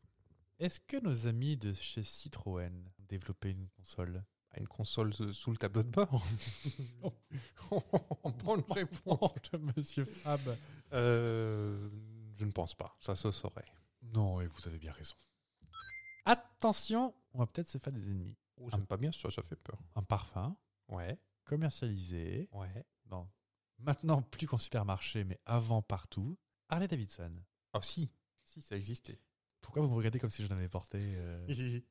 Speaker 5: Est-ce que nos amis de chez Citroën ont développé une console
Speaker 1: à une console euh, sous le tableau de bord Bonne réponse.
Speaker 5: Oh, de Monsieur Fab.
Speaker 1: Euh, je ne pense pas, ça se saurait.
Speaker 5: Non, et vous avez bien raison. Attention, on va peut-être se faire des ennemis.
Speaker 1: Oh, J'aime pas bien ça, ça fait peur.
Speaker 5: Un parfum
Speaker 1: Ouais,
Speaker 5: commercialisé
Speaker 1: ouais.
Speaker 5: dans maintenant plus qu'en supermarché, mais avant partout, Harley Davidson.
Speaker 1: Ah si, si, ça existait.
Speaker 5: Pourquoi vous me regardez comme si je n'en avais porté euh,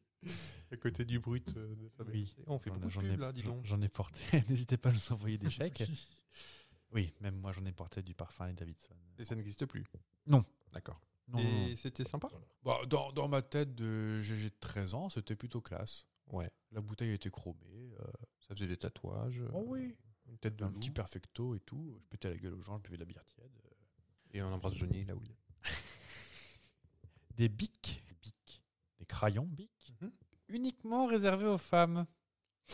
Speaker 1: à côté du brut euh, de Fabien.
Speaker 5: Oui.
Speaker 1: On fait
Speaker 5: j'en-
Speaker 1: beaucoup
Speaker 5: j'en
Speaker 1: de
Speaker 5: ai-
Speaker 1: pub, là, dis
Speaker 5: j'en-
Speaker 1: donc.
Speaker 5: J'en ai porté. N'hésitez pas à nous envoyer des chèques. oui, même moi, j'en ai porté du parfum Harley Davidson.
Speaker 1: Et ça n'existe plus
Speaker 5: Non.
Speaker 1: D'accord.
Speaker 5: Non, non, non.
Speaker 1: Et c'était sympa
Speaker 5: Bah, dans, dans ma tête de GG de 13 ans, c'était plutôt classe.
Speaker 1: Ouais.
Speaker 5: La bouteille était chromée. euh,
Speaker 1: Ça faisait des tatouages, euh,
Speaker 5: Oh oui.
Speaker 1: une tête de
Speaker 5: Un
Speaker 1: loup.
Speaker 5: petit perfecto et tout. Je pétais la gueule aux gens, je buvais de la bière tiède.
Speaker 1: Et on embrasse Johnny, là où il est.
Speaker 5: Des bics. bics. Des crayons bics.
Speaker 1: Mhm.
Speaker 5: Uniquement réservés aux femmes.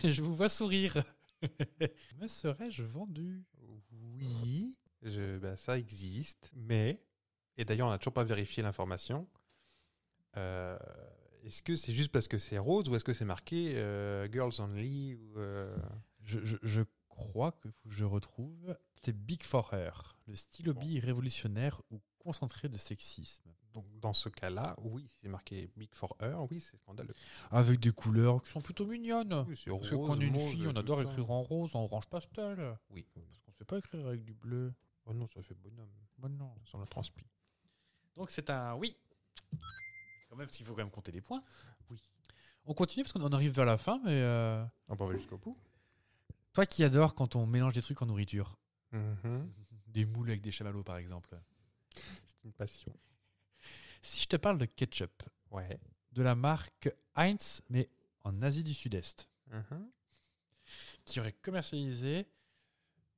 Speaker 5: Et je vous vois sourire. Me serais-je vendu
Speaker 1: Oui, je- bah, ça existe, mais, et d'ailleurs on n'a toujours pas vérifié l'information, euh, est-ce que c'est juste parce que c'est rose ou est-ce que c'est marqué euh, Girls Only ou, euh,
Speaker 5: Je, je- je crois que faut que je retrouve. C'était Big for Her, le stylo
Speaker 1: Bon.
Speaker 5: bille révolutionnaire ou concentré de sexisme.
Speaker 1: Donc dans ce cas-là, oui, si c'est marqué Big for Her, oui, c'est scandaleux.
Speaker 5: Avec des couleurs qui sont plutôt mignonnes.
Speaker 1: Oui, c'est
Speaker 5: Ah, Parce que quand on est une fille, on adore écrire en rose, en orange pastel.
Speaker 1: Oui, oui.
Speaker 5: Parce qu'on ne sait pas écrire avec du bleu.
Speaker 1: Oh non, ça fait bonhomme,
Speaker 5: Bon, non.
Speaker 1: ça le transpire.
Speaker 5: Donc c'est un oui. Quand même, parce qu'il faut quand même compter les points. Oui. On continue parce qu'on en arrive vers la fin, mais euh,
Speaker 1: On peut aller jusqu'au bout.
Speaker 5: toi qui adores quand on mélange des trucs en nourriture,
Speaker 1: Mhm,
Speaker 5: des moules avec des chamallows par exemple.
Speaker 1: C'est une passion.
Speaker 5: Si je te parle de ketchup,
Speaker 1: Ouais.
Speaker 5: de la marque Heinz, mais en Asie du Sud-Est,
Speaker 1: Mhm.
Speaker 5: qui aurait commercialisé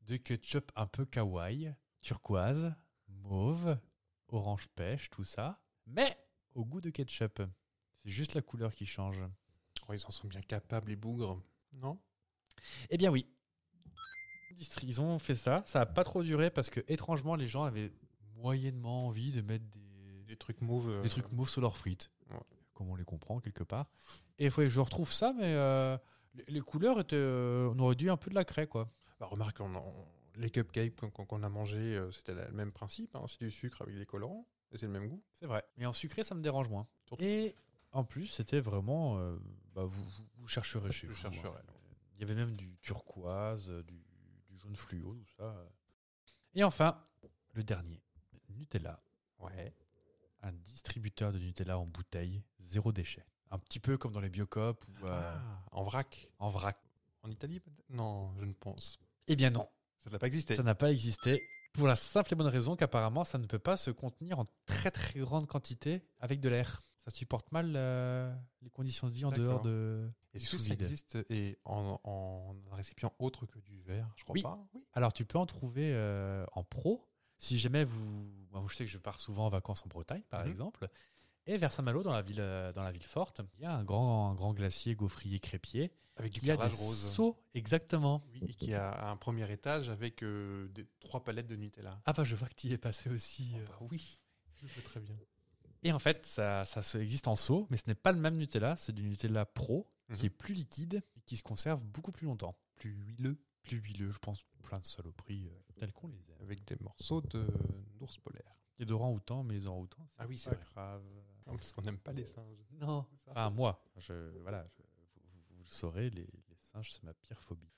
Speaker 5: de ketchup un peu kawaii, turquoise, mauve, orange pêche, tout ça, mais au goût de ketchup. C'est juste la couleur qui change.
Speaker 1: Oh, ils en sont bien capables, les bougres. Non
Speaker 5: Eh bien oui. Ils ont fait ça, ça n'a pas trop duré parce que étrangement les gens avaient moyennement envie de mettre des,
Speaker 1: Des trucs mauves. euh,
Speaker 5: des trucs mauves sur leurs frites.
Speaker 1: Ouais.
Speaker 5: Comme on les comprend quelque part. Et il faudrait que je retrouve ça, mais euh, les, les couleurs étaient. euh, on aurait dû un peu de la craie, quoi.
Speaker 1: Bah, remarque, on en- les cupcakes qu'on- qu'on qu'on a mangés, euh, c'était la- le même principe. hein, c'est du sucre avec des colorants. Et c'est le même goût.
Speaker 5: C'est vrai. Mais en sucré, ça me dérange moins.
Speaker 1: Surtout-
Speaker 5: Et en plus, c'était vraiment. euh, bah, vous, vous- vous chercherez chez
Speaker 1: Je
Speaker 5: vous.
Speaker 1: chercherai.
Speaker 5: hein. Il y avait même du turquoise, euh, du, du jaune fluo, tout ça. Et enfin, le dernier, Nutella.
Speaker 1: Ouais.
Speaker 5: un distributeur de Nutella en bouteille, zéro déchet. Un petit peu comme dans les biocopes ou euh,
Speaker 1: Ah, en vrac.
Speaker 5: en vrac.
Speaker 1: En Italie, peut-être Non, je ne pense.
Speaker 5: Eh bien non,
Speaker 1: Ça n'a pas existé.
Speaker 5: ça n'a pas existé. Pour la simple et bonne raison qu'apparemment, ça ne peut pas se contenir en très très grande quantité avec de l'air. Ça supporte mal euh, les conditions de vie en dehors
Speaker 1: D'accord.
Speaker 5: de. du
Speaker 1: Est-ce
Speaker 5: sous
Speaker 1: que ça
Speaker 5: vide.
Speaker 1: existe et en, en un récipient autre que du verre Je crois
Speaker 5: Oui.
Speaker 1: pas. Oui.
Speaker 5: Alors tu peux en trouver euh, en pro. Si jamais vous, moi, je sais que je pars souvent en vacances en Bretagne, par
Speaker 1: Mhm.
Speaker 5: exemple, et vers Saint-Malo, dans la ville, euh, dans la ville forte, il y a un grand, un grand glacier gaufrier crépier
Speaker 1: Avec du
Speaker 5: qui a des
Speaker 1: carrelage rose.
Speaker 5: seaux, exactement.
Speaker 1: Oui, et qui a un premier étage avec euh, des, trois palettes de Nutella.
Speaker 5: Ah bah je vois que tu y es passé aussi.
Speaker 1: Oh,
Speaker 5: euh.
Speaker 1: bah oui, je peux très bien.
Speaker 5: Et en fait, ça, ça se- existe en seau, mais ce n'est pas le même Nutella, c'est du Nutella Pro,
Speaker 1: Mhm.
Speaker 5: qui est plus liquide et qui se conserve beaucoup plus longtemps.
Speaker 1: Plus huileux.
Speaker 5: plubileux, je pense, plein de saloperies euh, telles qu'on les aime.
Speaker 1: avec des morceaux de d'ours polaire.
Speaker 5: Et d'orang-outang, mais les orang-outans, c'est
Speaker 1: Ah oui, c'est
Speaker 5: pas
Speaker 1: vrai.
Speaker 5: grave.
Speaker 1: Non, parce qu'on n'aime pas les singes.
Speaker 5: Non.
Speaker 1: c'est ça
Speaker 5: Enfin, moi, je, voilà, je- vous, vous- vous le saurez, les, les singes, c'est ma pire phobie.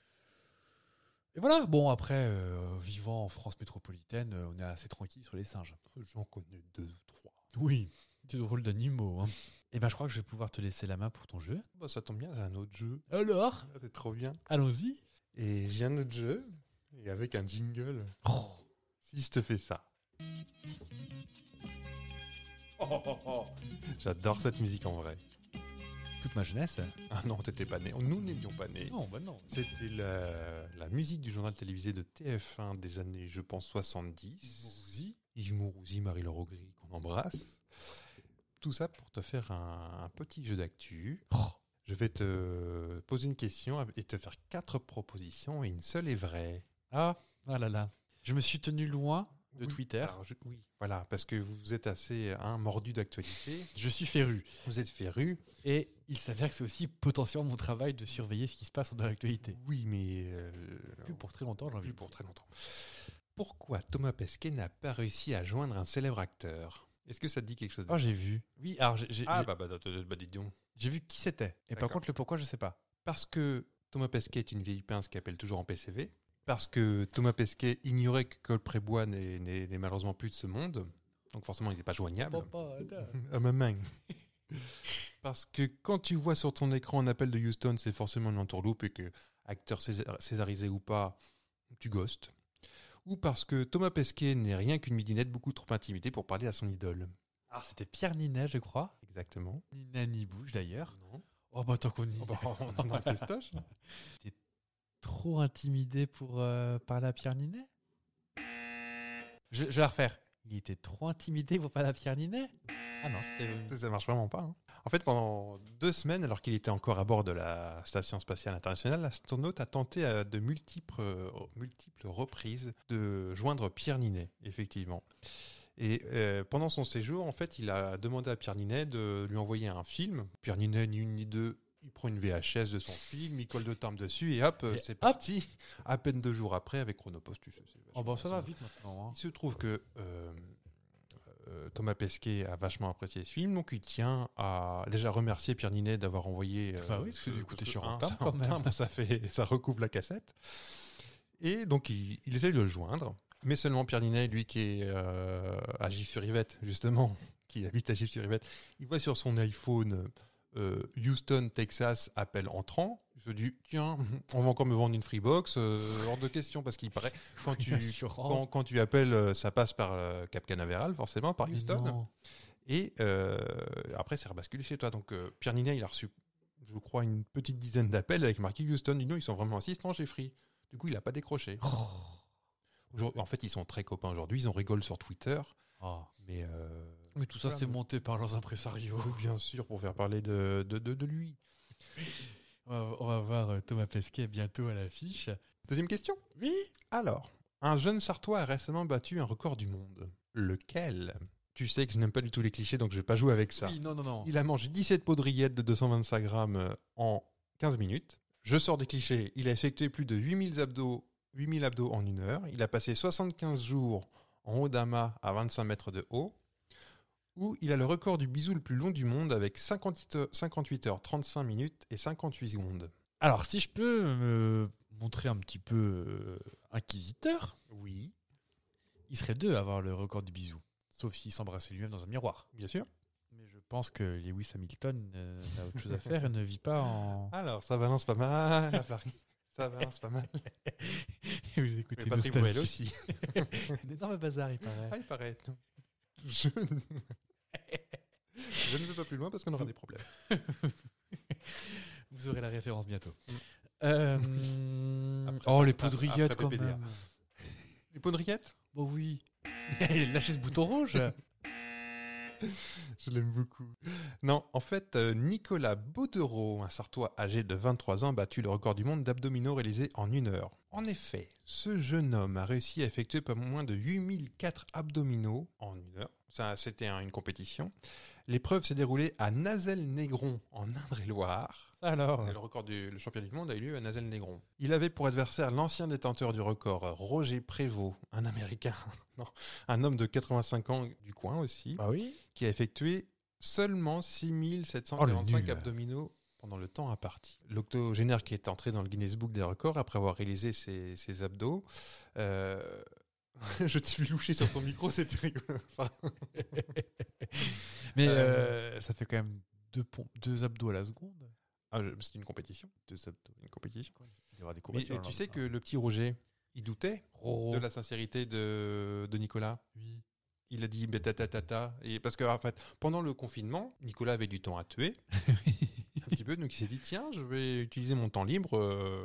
Speaker 5: Et voilà, bon, après, euh, vivant en France métropolitaine, euh, on est assez tranquille sur les singes.
Speaker 1: J'en connais deux ou trois.
Speaker 5: Oui, des drôles d'animaux. Hein. Et ben, je crois que je vais pouvoir te laisser la main pour ton jeu.
Speaker 1: Bah, ça tombe bien, c'est un autre jeu.
Speaker 5: Alors,
Speaker 1: Ah, C'est trop bien.
Speaker 5: allons-y.
Speaker 1: Et j'ai un autre jeu, et avec un jingle. Si je te fais ça. Oh, J'adore cette musique en vrai.
Speaker 5: Toute ma jeunesse
Speaker 1: Ah non, t'étais pas né. Nous n'étions pas nés.
Speaker 5: Non, bah non.
Speaker 1: C'était la, la musique du journal télévisé de TF1 des années, je pense, 70. Yves Mourouzi, Marie-Laure Augry, qu'on embrasse. Tout ça pour te faire un, un petit jeu d'actu. Je vais te poser une question et te faire quatre propositions et une seule est vraie.
Speaker 5: Ah, ah là là. Je me suis tenu loin de
Speaker 1: Oui,
Speaker 5: Twitter.
Speaker 1: alors je- oui, voilà, parce que vous êtes assez hein, mordu d'actualité,
Speaker 5: Je suis féru.
Speaker 1: vous êtes féru.
Speaker 5: Et il s'avère que c'est aussi potentiellement mon travail de surveiller ce qui se passe dans l'actualité.
Speaker 1: Oui, mais euh,
Speaker 5: Plus pour très longtemps, j'ai envie
Speaker 1: plus
Speaker 5: de
Speaker 1: pour
Speaker 5: dire.
Speaker 1: très longtemps. Pourquoi Thomas Pesquet n'a pas réussi à joindre un célèbre acteur Est-ce que ça te dit quelque chose
Speaker 5: Oh, j'ai vu. Oui, alors j'ai- j'ai
Speaker 1: Ah
Speaker 5: j'ai-
Speaker 1: bah, bah, bah, bah, dis donc.
Speaker 5: j'ai vu qui c'était. Et par
Speaker 1: D'accord.
Speaker 5: contre, le pourquoi, je sais pas.
Speaker 1: Parce que Thomas Pesquet est une vieille pince qui appelle toujours en PCV. Parce que Thomas Pesquet ignorait que Colprébois n'est n'est- n'est malheureusement plus de ce monde. Donc forcément, il n'est pas joignable. À ma main. Parce que quand tu vois sur ton écran un appel de Houston, c'est forcément une entourloupe et que, acteur césar- césarisé ou pas, tu ghostes. Ou parce que Thomas Pesquet n'est rien qu'une midinette beaucoup trop intimidée pour parler à son idole.
Speaker 5: Alors, c'était Pierre Ninet, je crois.
Speaker 1: Exactement.
Speaker 5: Nina Nibouche, d'ailleurs. Oh, bah, tant qu'on y
Speaker 1: Oh
Speaker 5: est.
Speaker 1: bah, on est dans le festoche.
Speaker 5: Trop intimidé pour euh, parler à Pierre Ninet je, je vais la refaire. Il était trop intimidé pour parler à Pierre Ninet Ah non, c'était.
Speaker 1: Ça, ça marche vraiment pas. hein. En fait, pendant deux semaines, alors qu'il était encore à bord de la Station spatiale internationale, l'astronaute a tenté à de multiples, euh, multiples reprises de joindre Pierre Ninet, effectivement. Et euh, pendant son séjour, en fait, il a demandé à Pierre Ninet de lui envoyer un film. Pierre Ninet, ni une ni deux, il prend une VHS de son film, il colle deux timbres dessus et hop, euh,
Speaker 5: Et
Speaker 1: c'est
Speaker 5: hop.
Speaker 1: parti. À peine deux jours après, avec Chronopost, tu sais, c'est
Speaker 5: Oh, bah, ça
Speaker 1: vachement-
Speaker 5: va vite maintenant. hein.
Speaker 1: il se trouve que euh, euh, Thomas Pesquet a vachement apprécié ce film, donc il tient à déjà remercier Pierre Ninet d'avoir envoyé. euh,
Speaker 5: Bah oui, parce que
Speaker 1: ce-
Speaker 5: du coup, t'es
Speaker 1: ce-
Speaker 5: sur
Speaker 1: un,
Speaker 5: un timbre,
Speaker 1: ça-
Speaker 5: quand même.
Speaker 1: timbre, ça, fait, ça recouvre la cassette. Et donc il, il essaye de le joindre, mais seulement Pierre Ninet, lui qui est euh, à Gif-sur-Yvette, justement, qui habite à Gif-sur-Yvette, il voit sur son iPhone euh, Houston, Texas, appel entrant. Je dis, tiens, on va encore me vendre une Freebox, euh, hors de question, parce qu'il paraît, quand tu,
Speaker 5: Assurance.
Speaker 1: quand, quand tu appelles, euh, ça passe par euh, Cap Canaveral, forcément, par
Speaker 5: Mais
Speaker 1: Houston.
Speaker 5: Oh, non.
Speaker 1: Et euh, après, c'est rebasculé chez toi. Donc, euh, Pierre Ninet, il a reçu, je crois, une petite dizaine d'appels avec marqué Houston. Dis-nous, ils sont vraiment insistants chez Free. Du coup, il n'a pas décroché.
Speaker 5: Oh.
Speaker 1: Aujourd'hui- En fait, ils sont très copains aujourd'hui. Ils en rigolent sur Twitter.
Speaker 5: Oh.
Speaker 1: Mais, euh,
Speaker 5: Mais tout ça,
Speaker 1: Voilà,
Speaker 5: c'était
Speaker 1: donc-
Speaker 5: monté par leurs impresarios.
Speaker 1: oui, bien sûr, pour faire parler de, de, de- de lui.
Speaker 5: On va, on va voir euh, Thomas Pesquet bientôt à l'affiche.
Speaker 1: Deuxième question.
Speaker 5: Oui
Speaker 1: Alors, un jeune Sartois a récemment battu un record du monde. Lequel Tu sais que je n'aime pas du tout les clichés, donc je vais pas jouer avec ça.
Speaker 5: Oui, non, non, non.
Speaker 1: Il a mangé 17 pots de rillettes de 225 grammes euh, en 15 minutes. Je sors des clichés. Il a effectué plus de 8000 abdos, 8000 abdos en une heure. Il a passé 75 jours en haut d'un mât à 25 mètres de haut. Ou il a le record du bisou le plus long du monde avec 58 heures, 58 heures 35 minutes et 58 secondes.
Speaker 5: Alors, si je peux me montrer un petit peu euh, inquisiteur,
Speaker 1: Oui,
Speaker 5: il serait deux à avoir le record du bisou. Sauf s'il s'embrassait lui-même dans un miroir.
Speaker 1: bien sûr.
Speaker 5: Mais je pense que Lewis Hamilton euh, n'a autre chose à faire et ne vit pas en.
Speaker 1: Alors, ça balance pas mal à Paris. Ça balance pas mal.
Speaker 5: Vous écoutez
Speaker 1: Mais Patrick
Speaker 5: Nostalgie.
Speaker 1: Bruel aussi.
Speaker 5: Un énorme bazar, il paraît.
Speaker 1: Ah, il paraît. non. Je... Je ne vais pas plus loin parce qu'on aura des problèmes.
Speaker 5: Vous aurez la référence bientôt. Euh,
Speaker 1: Mm. Après-
Speaker 5: oh, les
Speaker 1: après-
Speaker 5: poudrillettes
Speaker 1: après
Speaker 5: quand
Speaker 1: PPDA.
Speaker 5: même.
Speaker 1: Les pots de rillettes
Speaker 5: Bon, oui. Lâchez ce bouton rouge.
Speaker 1: Je l'aime beaucoup. Non, en fait, euh, Nicolas Baudereau, un Sartois âgé de 23 ans, a battu le record du monde d'abdominaux réalisés en une heure. En effet, ce jeune homme a réussi à effectuer pas moins de 8004 abdominaux en une heure. Ça, c'était hein, une compétition. L'épreuve s'est déroulée à Nazel-Négron, en Indre-et-Loire.
Speaker 5: Alors,
Speaker 1: Et le record du le championnat du monde a eu lieu à Nazel Negron. Il avait pour adversaire l'ancien détenteur du record, Roger Prévost, un Américain, non, un homme de 85 ans du coin aussi,
Speaker 5: bah oui.
Speaker 1: qui a effectué seulement 6745 abdominaux pendant le temps imparti. L'octogénaire qui est entré dans le Guinness Book des records après avoir réalisé ses, ses abdos. euh, Je t'ai vu loucher sur ton micro, c'était rigolo. Enfin, Euh,
Speaker 5: Mais euh, ça fait quand même deux, pompes, deux abdos à la seconde.
Speaker 1: ah, je- c'est une compétition.
Speaker 5: Deux abdos.
Speaker 1: Une compétition.
Speaker 5: Il doit y avoir des
Speaker 1: Mais
Speaker 5: courbatures
Speaker 1: euh,
Speaker 5: dans
Speaker 1: tu
Speaker 5: le-
Speaker 1: sais que le petit Roger, il doutait
Speaker 5: Roro.
Speaker 1: de la sincérité de, de Nicolas.
Speaker 5: Oui.
Speaker 1: Il a dit ta ta ta ta. Et parce que en fait, pendant le confinement, Nicolas avait du temps à tuer, un petit peu, donc il s'est dit tiens, je vais utiliser mon temps libre euh,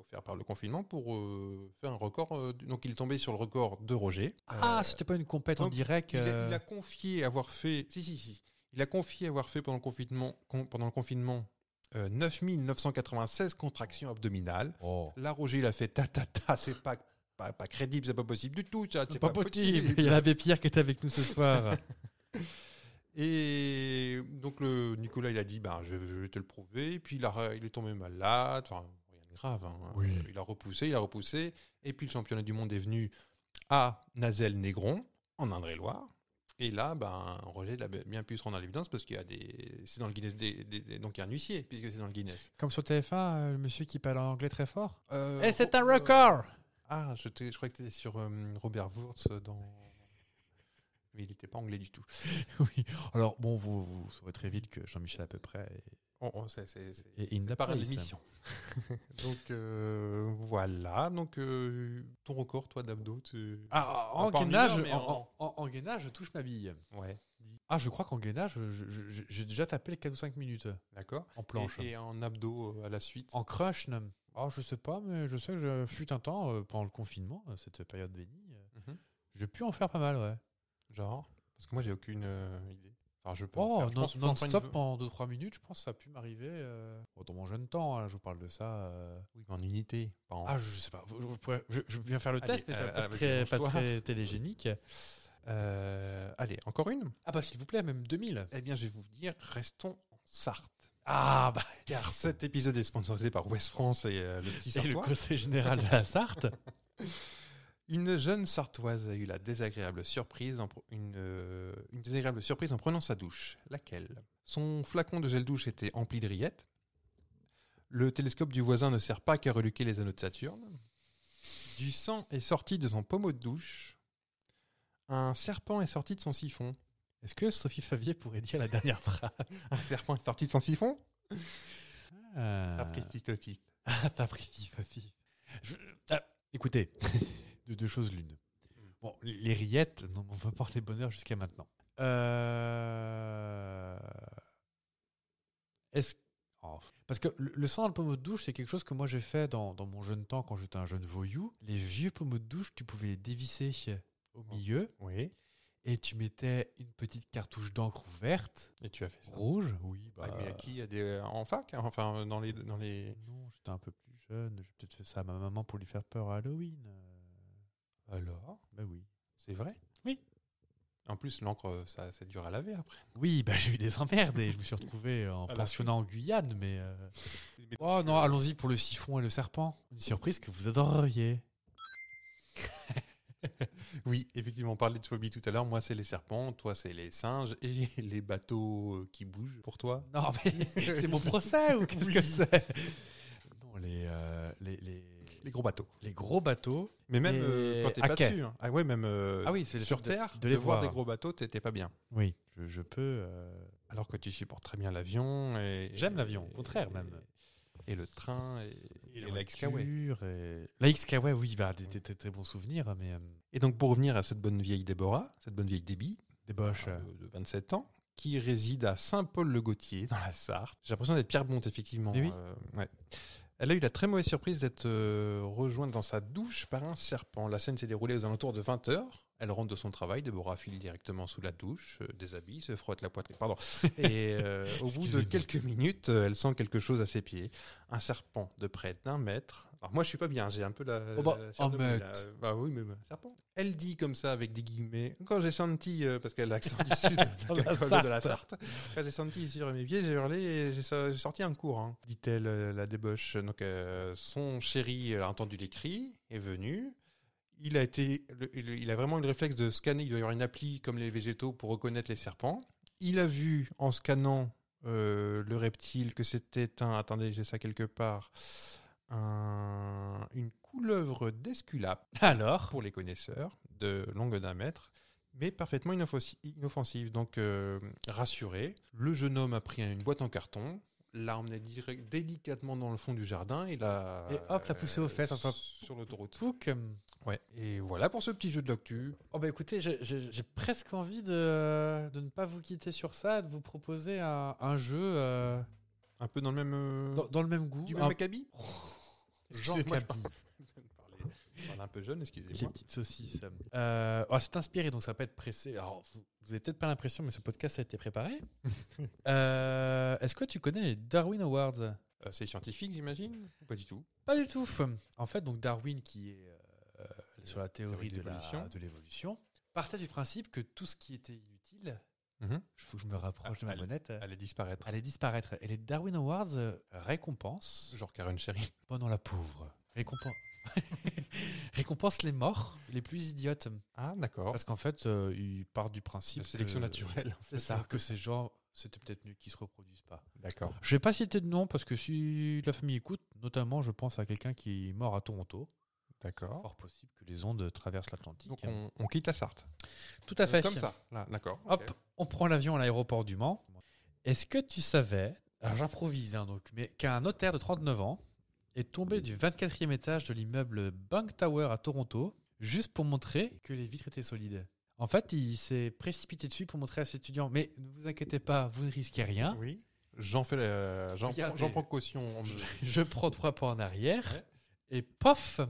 Speaker 1: offert par le confinement pour euh, faire un record. euh, du- donc il est tombé sur le record de Roger.
Speaker 5: Ah,
Speaker 1: Euh,
Speaker 5: c'était pas une compète en
Speaker 1: donc,
Speaker 5: direct.
Speaker 1: il, a,
Speaker 5: euh,
Speaker 1: il a confié avoir fait. Si si si. Il a confié avoir fait pendant le confinement, con- pendant le confinement, euh, 9996 contractions abdominales.
Speaker 5: Oh.
Speaker 1: Là, Roger, il a fait ta ta ta, c'est pas, pas, pas crédible, c'est pas possible du tout, ça, c'est pas, possible.
Speaker 5: Il y a l'abbé Pierre qui était avec nous ce soir.
Speaker 1: Et donc, le Nicolas, il a dit, ben, je, je vais te le prouver. Et puis, il, a- il est tombé malade, enfin, rien de grave. hein.
Speaker 5: Oui.
Speaker 1: Il a repoussé, il a repoussé. Et puis, le championnat du monde est venu à Nazel-Négron, en Indre-et-Loire. Et là, ben, Roger il a bien pu se rendre à l'évidence parce qu'il y a des. C'est dans le Guinness. Des, des- des- donc, il y a un huissier, puisque c'est dans le Guinness.
Speaker 5: Comme sur TF1, euh, le monsieur qui parle en anglais très fort.
Speaker 1: Euh,
Speaker 5: Et Eh, c'est un
Speaker 1: Ro- euh,
Speaker 5: record
Speaker 1: Ah, je, t'ai- je croyais que tu étais sur euh, Robert Wurtz dans. Mais il n'était pas anglais du tout.
Speaker 5: Oui. Alors, bon, vous, vous saurez très vite que Jean-Michel à peu près
Speaker 1: On, on- Oh, c'est- c'est- c'est-
Speaker 5: est, est in the
Speaker 1: Par
Speaker 5: place.
Speaker 1: l'émission. donc euh, voilà. Donc euh, ton record, toi, d'abdo, tu.
Speaker 5: Ah,
Speaker 1: Ah,
Speaker 5: en,
Speaker 1: pas en
Speaker 5: gainage,
Speaker 1: mineur, mais
Speaker 5: en- en- en gainage, je touche ma bille.
Speaker 1: Ouais.
Speaker 5: Ah, je crois qu'en gainage, je- je- je- j'ai déjà tapé les 4 ou 5 minutes
Speaker 1: D'accord.
Speaker 5: en planche.
Speaker 1: Et, et en abdo euh, à la suite.
Speaker 5: En crush, non. Ah, je sais pas, mais je sais que je fut un temps, euh, pendant le confinement, euh, cette période bénie, euh,
Speaker 1: Mhm.
Speaker 5: j'ai pu en faire pas mal, ouais.
Speaker 1: Genre. Parce que moi, j'ai aucune euh, idée. Enfin, je peux. en
Speaker 5: Oh,
Speaker 1: faire. Je
Speaker 5: non-
Speaker 1: pense que je peux en faire une
Speaker 5: non-stop
Speaker 1: ve-
Speaker 5: pendant 2-3 minutes, je pense que ça a pu m'arriver euh, bon, dans mon jeune temps. hein, je vous parle de ça. euh,
Speaker 1: Oui, mais en unité. pas en-
Speaker 5: Ah, je sais pas. Je, je pourrais- je- je veux bien faire le
Speaker 1: Allez,
Speaker 5: test, mais ça va
Speaker 1: euh,
Speaker 5: pas,
Speaker 1: vas-y,
Speaker 5: très, pas
Speaker 1: lance-toi.
Speaker 5: très télégénique.
Speaker 1: Euh, allez, encore une.
Speaker 5: Ah, bah, s'il vous plaît, même 2000.
Speaker 1: Eh bien, je vais vous dire, restons en Sarthe.
Speaker 5: Ah, bah,
Speaker 1: Car cet épisode est sponsorisé par West France et euh, le petit
Speaker 5: c'est le
Speaker 1: Sartois.
Speaker 5: conseil général de la Sarthe.
Speaker 1: Une jeune sartoise a eu la désagréable surprise en, pre- une, euh, une désagréable surprise en prenant sa douche. Laquelle Son flacon de gel douche était empli de rillettes. Le télescope du voisin ne sert pas qu'à reluquer les anneaux de Saturne. Du sang est sorti de son pommeau de douche. Un serpent est sorti de son siphon.
Speaker 5: Est-ce que Sophie Favier pourrait dire la dernière phrase
Speaker 1: Un serpent est sorti de son siphon
Speaker 5: Ah,
Speaker 1: Capricitotique.
Speaker 5: Ah, t'as pris Sophie Favier. Je- ah, écoutez, de deux choses l'une. Bon, les- les rillettes n'ont pas porté bonheur jusqu'à maintenant. Euh, Est-ce Oh. Parce que le le sang dans le pommeau de douche, c'est quelque chose que moi j'ai fait dans, dans mon jeune temps quand j'étais un jeune voyou. Les vieux pommeaux de douche, tu pouvais les dévisser au milieu
Speaker 1: Oui.
Speaker 5: et tu mettais une petite cartouche d'encre verte,
Speaker 1: Et tu as fait ça.
Speaker 5: rouge. Oui, bah.
Speaker 1: Ouais, mais à qui à des- En fac hein Enfin, euh, dans les. Dans les...
Speaker 5: Non, j'étais un peu plus jeune. J'ai peut-être fait ça à ma maman pour lui faire peur à Halloween.
Speaker 1: Alors
Speaker 5: Bah oui.
Speaker 1: C'est vrai
Speaker 5: Oui.
Speaker 1: En plus, l'encre, ça, c'est dur à laver après.
Speaker 5: Oui, bah, j'ai eu des emmerdes et je me suis retrouvé euh, en
Speaker 1: À la
Speaker 5: pensionnat en Guyane, mais. euh, Oh non, allons-y pour le siphon et le serpent. Une surprise que vous adoreriez.
Speaker 1: Oui, effectivement, on parlait de phobie tout à l'heure. Moi, c'est les serpents, toi, c'est les singes et les bateaux euh, qui bougent pour toi.
Speaker 5: Non, mais c'est mon procès ou qu'est-ce que c'est Non, les, euh, les, les,
Speaker 1: Les gros bateaux.
Speaker 5: les gros bateaux.
Speaker 1: Mais même
Speaker 5: Et
Speaker 1: euh, quand t'es pas
Speaker 5: hackers.
Speaker 1: dessus. hein. Ah ouais, même euh,
Speaker 5: Ah oui, c'est le
Speaker 1: sur
Speaker 5: fait de-
Speaker 1: Terre,
Speaker 5: de
Speaker 1: de,
Speaker 5: les
Speaker 1: voir.
Speaker 5: voir.
Speaker 1: des gros bateaux, t'étais pas bien.
Speaker 5: Oui, je, je peux. euh,
Speaker 1: Alors que tu supportes très bien l'avion. et
Speaker 5: J'aime l'avion, au
Speaker 1: et-
Speaker 5: contraire, même.
Speaker 1: Et le train et, et
Speaker 5: la
Speaker 1: la Xcaway.
Speaker 5: voiture et- La Xcaway, oui, bah, des, des- des très bons souvenirs, mais euh,
Speaker 1: Et donc, pour revenir à cette bonne vieille Déborah, cette bonne vieille Déby,
Speaker 5: des boches.
Speaker 1: de, euh, de 27 ans, qui réside à Saint-Paul-le-Gautier, dans la Sarthe. J'ai l'impression d'être Pierre Bonte, effectivement.
Speaker 5: Eh oui.
Speaker 1: Euh, ouais. Elle a eu la très mauvaise surprise d'être euh, rejointe dans sa douche par un serpent. La scène s'est déroulée aux alentours de 20h. Elle rentre de son travail, Déborah file directement sous la douche, euh, déshabille, se frotte la poitrine. Pardon. Et euh, au bout de
Speaker 5: Excusez-moi.
Speaker 1: quelques minutes, euh, elle sent quelque chose à ses pieds. Un serpent de près d'un mètre. Alors moi, je suis pas bien, j'ai un peu la.
Speaker 5: Oh bah,
Speaker 1: la chair
Speaker 5: un
Speaker 1: de poule,
Speaker 5: mètre.
Speaker 1: là. Bah oui, mais bah, serpent. Elle dit comme ça avec des guillemets. Quand j'ai senti, euh, parce qu'elle a l'accent du sud,
Speaker 5: Dans la
Speaker 1: qu'elle colle de la
Speaker 5: Sarthe.
Speaker 1: Sarthe. Quand j'ai senti sur mes pieds, j'ai hurlé et j'ai so- j'ai sorti un cours, hein, dit-elle, euh, la débauche. Donc euh, son chéri a entendu les cris, est venu. Il a, été, le- le- il a vraiment eu le réflexe de scanner. Il doit y avoir une appli comme les végétaux pour reconnaître les serpents. Il a vu en scannant euh, le reptile que c'était un. Attendez, j'ai ça quelque part. un- une couleuvre d'Escula
Speaker 5: Alors,
Speaker 1: pour les connaisseurs, de longue d'un mètre, mais parfaitement inoffosi- inoffensive. Donc, euh, rassuré, le jeune homme a pris une boîte en carton, l'a emmené direct- délicatement dans le fond du jardin et l'a.
Speaker 5: Et hop, l'a poussé aux fesses, enfin,
Speaker 1: sur l'autoroute.
Speaker 5: Pouk.
Speaker 1: Ouais. Et voilà pour ce petit jeu de l'actu.
Speaker 5: Oh bah écoutez, j'ai- j'ai j'ai presque envie de, de ne pas vous quitter sur ça, de vous proposer un, un jeu euh,
Speaker 1: Un peu dans le même. euh,
Speaker 5: dans, Ah. dans le même goût.
Speaker 1: du
Speaker 5: un-
Speaker 1: même acabit
Speaker 5: Jean
Speaker 1: Excusez-moi, je
Speaker 5: Cabi.
Speaker 1: parlais- je parlais un peu jeune,
Speaker 5: Les
Speaker 1: excusez-moi.
Speaker 5: petites saucisses. Euh, oh, c'est inspiré, donc ça va pas être pressé. Alors, vous, vous avez peut-être pas l'impression, mais ce podcast a été préparé. Euh, Est-ce que tu connais les Darwin Awards
Speaker 1: Euh, c'est scientifique, j'imagine Ou Pas du tout.
Speaker 5: Pas du tout. En fait, donc Darwin, qui est euh, sur la
Speaker 1: Théorie
Speaker 5: théorie,
Speaker 1: de
Speaker 5: de la-
Speaker 1: l'évolution.
Speaker 5: de l'évolution, partait du principe que tout ce qui était inutile,
Speaker 1: Mhm.
Speaker 5: il faut que je me rapproche de ma
Speaker 1: Allez.
Speaker 5: bonnette, euh,
Speaker 1: Allez disparaître.
Speaker 5: allait disparaître. Et les Darwin Awards euh, récompensent,
Speaker 1: Genre Karen Sherry.
Speaker 5: bon non la pauvre, récompense, récompense les morts les plus idiotes.
Speaker 1: Ah, d'accord.
Speaker 5: Parce qu'en fait, euh, il part du principe.
Speaker 1: La sélection
Speaker 5: que-
Speaker 1: naturelle.
Speaker 5: C'est ça, que ces gens, c'était peut-être mieux qu'ils se reproduisent pas.
Speaker 1: D'accord.
Speaker 5: Je vais pas citer de nom parce que si la famille écoute, notamment, je pense à quelqu'un qui est mort à Toronto.
Speaker 1: D'accord.
Speaker 5: Fort possible que les ondes traversent l'Atlantique.
Speaker 1: Donc on, on quitte la Sarthe.
Speaker 5: Tout à fait.
Speaker 1: Euh, Comme ça. Là, d'accord.
Speaker 5: Hop,
Speaker 1: ok.
Speaker 5: on prend l'avion à l'aéroport du Mans. Est-ce que tu savais, alors j'improvise, hein, donc, mais qu'un notaire de 39 ans est tombé du 24e étage de l'immeuble Bank Tower à Toronto juste pour montrer que les vitres étaient solides En fait, il s'est précipité dessus pour montrer à ses étudiants, mais ne vous inquiétez pas, vous ne risquez rien.
Speaker 1: Oui. J'en fais la- j'en
Speaker 5: Regardez.
Speaker 1: prends- j'en prends caution.
Speaker 5: Je, je prends trois pas en arrière
Speaker 1: Ouais.
Speaker 5: et pof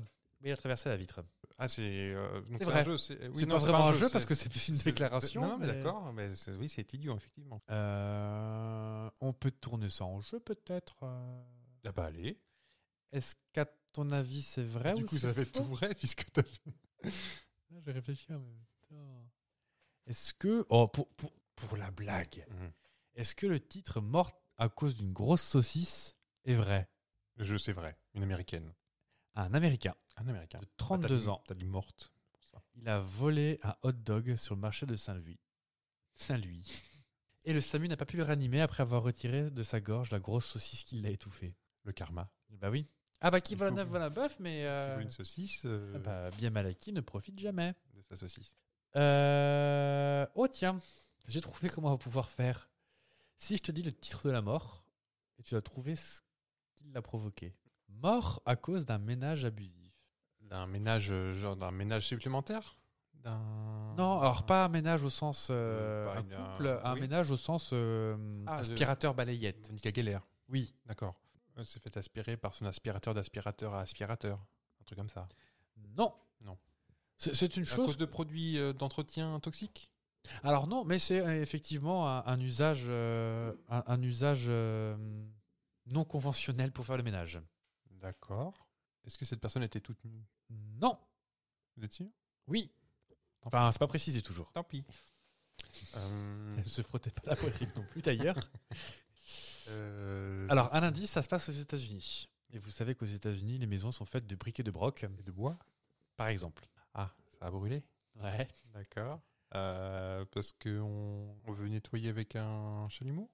Speaker 5: Mais il a traversé la vitre.
Speaker 1: Ah c'est euh, donc c'est
Speaker 5: C'est
Speaker 1: un
Speaker 5: vrai.
Speaker 1: jeu. C'est oui,
Speaker 5: c'est
Speaker 1: non,
Speaker 5: pas
Speaker 1: c'est
Speaker 5: vraiment un jeu
Speaker 1: c'est-
Speaker 5: parce que c'est plus une
Speaker 1: c'est-
Speaker 5: déclaration.
Speaker 1: Non, non, mais,
Speaker 5: mais-
Speaker 1: d'accord. Mais c'est- oui, c'est idiot effectivement.
Speaker 5: Euh, on peut tourner ça en jeu peut-être euh.
Speaker 1: Ah bah allez.
Speaker 5: Est-ce qu'à ton avis c'est vrai
Speaker 1: du
Speaker 5: ou
Speaker 1: coup,
Speaker 5: Ah c'est
Speaker 1: ça va être
Speaker 5: faux
Speaker 1: tout vrai puisque t'as.
Speaker 5: Ah, J'ai réfléchi, mais putain. Est-ce que oh pour, pour, pour la blague,
Speaker 1: Mhm.
Speaker 5: est-ce que le titre mort à cause d'une grosse saucisse est vrai
Speaker 1: Le jeu, c'est vrai. Une américaine.
Speaker 5: Un Américain
Speaker 1: Un américain.
Speaker 5: de
Speaker 1: Ah, t'as
Speaker 5: 32
Speaker 1: dit-
Speaker 5: ans,
Speaker 1: T'as dit morte.
Speaker 5: il a volé un hot dog sur le marché de Saint-Louis. Saint-Louis. Et le SAMU n'a pas pu le réanimer après avoir retiré de sa gorge la grosse saucisse qui l'a étouffé.
Speaker 1: Le karma.
Speaker 5: Bah oui. Ah bah qui
Speaker 1: Il
Speaker 5: va
Speaker 1: faut-
Speaker 5: neuf va la bœuf, mais
Speaker 1: Qui
Speaker 5: euh,
Speaker 1: veut Une saucisse euh,
Speaker 5: ah bah, bien mal acquis ne profite jamais.
Speaker 1: de sa saucisse.
Speaker 5: Euh, Oh tiens, j'ai trouvé comment on va pouvoir faire. Si je te dis le titre de la mort, et tu dois trouver ce qui l'a provoqué. Mort à cause d'un ménage abusif.
Speaker 1: D'un ménage euh, genre d'un ménage supplémentaire. D'un.
Speaker 5: Non, alors pas un ménage au sens euh,
Speaker 1: Pas
Speaker 5: un
Speaker 1: une- un-
Speaker 5: couple, un,
Speaker 1: oui.
Speaker 5: ménage au sens euh,
Speaker 1: Ah, de-
Speaker 5: aspirateur balayette.
Speaker 1: Monica Geller.
Speaker 5: Oui,
Speaker 1: D'accord. Elle s'est fait aspirer par son aspirateur d'aspirateur à aspirateur. Un truc comme ça.
Speaker 5: non,
Speaker 1: Non.
Speaker 5: C'est c'est une
Speaker 1: À
Speaker 5: chose.
Speaker 1: cause de produits euh, d'entretien toxiques
Speaker 5: Alors non, mais c'est euh, effectivement un, un usage, euh, un, un usage euh, non conventionnel pour faire le ménage.
Speaker 1: D'accord. Est-ce que cette personne était toute nue
Speaker 5: Non,
Speaker 1: Vous êtes sûr
Speaker 5: oui. Enfin, c'est pas précisé toujours.
Speaker 1: Tant pis. Euh,
Speaker 5: Elle se frottait pas la poitrine non plus d'ailleurs.
Speaker 1: euh,
Speaker 5: Alors, un indice, ça se passe aux États-Unis. Et vous savez qu'aux États-Unis, les maisons sont faites de briques et de broc,
Speaker 1: Et de bois
Speaker 5: par exemple.
Speaker 1: Ah, ça a brûlé.
Speaker 5: Ouais.
Speaker 1: D'accord. Euh, parce qu'on on veut nettoyer avec un chalumeau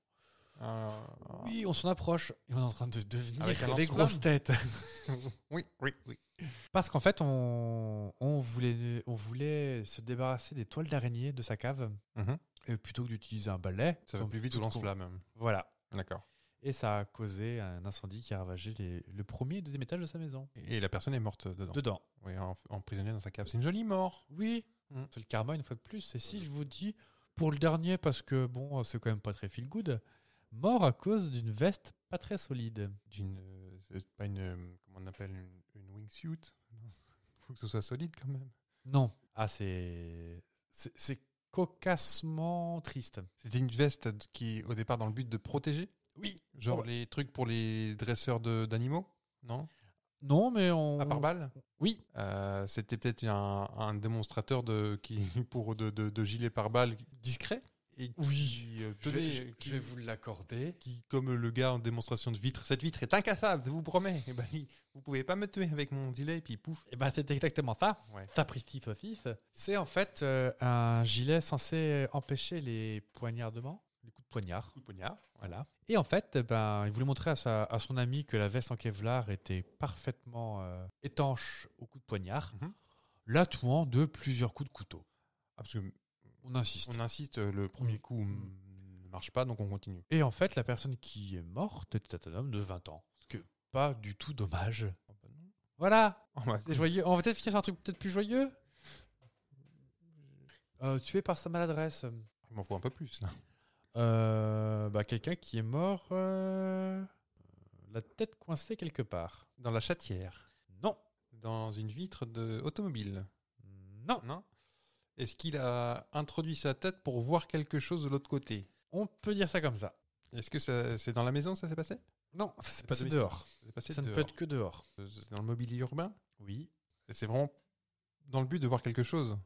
Speaker 1: Euh, Un-
Speaker 5: Oui, on s'en approche. Et on est en train de devenir
Speaker 1: Avec un
Speaker 5: les
Speaker 1: lance-flamme
Speaker 5: grosses têtes.
Speaker 1: oui, oui, oui.
Speaker 5: Parce qu'en fait, on, on voulait, on voulait se débarrasser des toiles d'araignée de sa cave.
Speaker 1: Mhm.
Speaker 5: Et plutôt que d'utiliser un balai.
Speaker 1: Ça va
Speaker 5: donc
Speaker 1: plus vite au
Speaker 5: tout-
Speaker 1: lance-flamme.
Speaker 5: Voilà.
Speaker 1: D'accord.
Speaker 5: Et ça a causé un incendie qui a ravagé les- le premier et deuxième étage de sa maison.
Speaker 1: Et la personne est morte dedans.
Speaker 5: Dedans.
Speaker 1: Oui, en- emprisonnée dans sa cave. C'est une jolie mort.
Speaker 5: Oui.
Speaker 1: Mhm.
Speaker 5: Mm. C'est le karma une fois de plus. Et si je vous dis, pour le dernier, parce que bon, c'est quand même pas très feel good, mort à cause d'une veste pas très solide.
Speaker 1: d'une euh, c'est pas une euh, comment on appelle une, une wingsuit Non, faut que ce soit solide quand même
Speaker 5: Non. Ah, c'est. c'est- C'est cocassement triste.
Speaker 1: C'était une veste qui, au départ, dans le but de protéger
Speaker 5: Oui.
Speaker 1: Genre
Speaker 5: Ouais.
Speaker 1: les trucs pour les dresseurs de- d'animaux Non
Speaker 5: Non, mais on.
Speaker 1: À part balle
Speaker 5: Oui.
Speaker 1: Euh, C'était peut-être un, un démonstrateur de, qui, pour de, de, de gilet par balle discret et
Speaker 5: Oui.
Speaker 1: qui, euh,
Speaker 5: Je
Speaker 1: tenait-
Speaker 5: vais, je-
Speaker 1: qui-
Speaker 5: je vais vous l'accorder.
Speaker 1: qui, comme le gars en démonstration de vitre, cette vitre est incapable, je vous promets. Et ben, il- vous pouvez pas me tuer avec mon gilet, et puis pouf.
Speaker 5: Eh ben, c'est exactement ça.
Speaker 1: Ouais.
Speaker 5: Sapristi saucisse. C'est en fait euh, un gilet censé empêcher les poignardements, les coups de poignard.
Speaker 1: Coup de poignard.
Speaker 5: Voilà. Et en fait, eh ben, il voulait montrer à, sa- à son ami que la veste en Kevlar était parfaitement euh, étanche aux coups de poignard,
Speaker 1: Mhm.
Speaker 5: l'atouant de plusieurs coups de couteau.
Speaker 1: Ah, parce que
Speaker 5: On insiste.
Speaker 1: on insiste, euh, le premier
Speaker 5: Mm.
Speaker 1: coup mm, ne marche pas, donc on continue.
Speaker 5: Et en fait, la personne qui est morte était un homme de 20 ans. Ce que pas du tout dommage.
Speaker 1: Oh, bah non.
Speaker 5: Voilà,
Speaker 1: Oh, bah,
Speaker 5: c'est joyeux. On va peut-être finir sur un truc peut-être plus joyeux. Euh, tué par sa maladresse.
Speaker 1: il m'en faut un peu plus, là.
Speaker 5: Euh, bah, Quelqu'un qui est mort euh, la tête coincée quelque part.
Speaker 1: Dans la chatière.
Speaker 5: Non,
Speaker 1: Dans une vitre de automobile.
Speaker 5: non.
Speaker 1: Non Est-ce qu'il a introduit sa tête pour voir quelque chose de l'autre côté
Speaker 5: On peut dire ça comme ça.
Speaker 1: Est-ce que ça- c'est dans la maison que ça s'est passé
Speaker 5: Non, ça s'est
Speaker 1: pas
Speaker 5: passé
Speaker 1: domestique.
Speaker 5: dehors.
Speaker 1: Ça, s'est passé
Speaker 5: Ça ne
Speaker 1: dehors. Euh,
Speaker 5: peut être que dehors.
Speaker 1: C'est dans le mobilier urbain
Speaker 5: Oui.
Speaker 1: Et C'est vraiment dans le but de voir quelque chose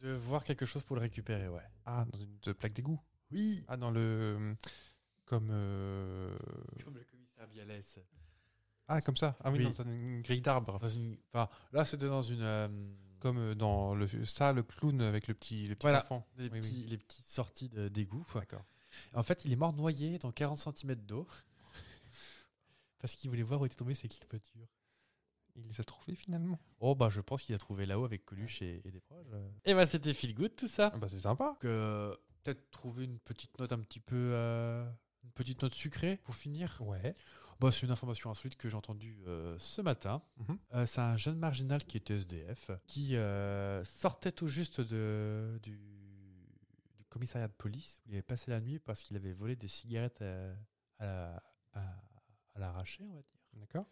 Speaker 5: De voir quelque chose pour le récupérer, ouais.
Speaker 1: Ah, dans une plaque d'égout
Speaker 5: Oui.
Speaker 1: Ah, dans le... Comme... euh,
Speaker 5: Comme le commissaire Bialès.
Speaker 1: Ah, comme ça Ah oui,
Speaker 5: Oui.
Speaker 1: dans une grille d'arbre.
Speaker 5: Dans une... enfin, là, c'était dans une. euh,
Speaker 1: Comme euh, dans le, ça, le clown avec le petit, le petit
Speaker 5: Voilà.
Speaker 1: enfant.
Speaker 5: les,
Speaker 1: Oui, oui.
Speaker 5: petits- les petites sorties de- d'égout.
Speaker 1: D'accord.
Speaker 5: En fait, il est mort noyé dans 40 cm d'eau. parce qu'il voulait voir où étaient tombées ses clipatures.
Speaker 1: Il les a trouvés finalement.
Speaker 5: Oh, bah, je pense qu'il a trouvé là-haut avec Coluche et, et des proches. Et bah, c'était feel good tout ça.
Speaker 1: Ah bah c'est sympa.
Speaker 5: Donc, euh, peut-être trouver une petite note un petit peu. euh, une petite note sucrée pour finir.
Speaker 1: Ouais.
Speaker 5: Bah, c'est une information insolite que j'ai entendue euh, ce matin.
Speaker 1: Mhm.
Speaker 5: Euh, c'est un jeune marginal qui était E SDF, qui euh, sortait tout juste de, du, du commissariat de police où il avait passé la nuit parce qu'il avait volé des cigarettes euh, à, la- à- à l'arraché, on va dire.
Speaker 1: D'accord.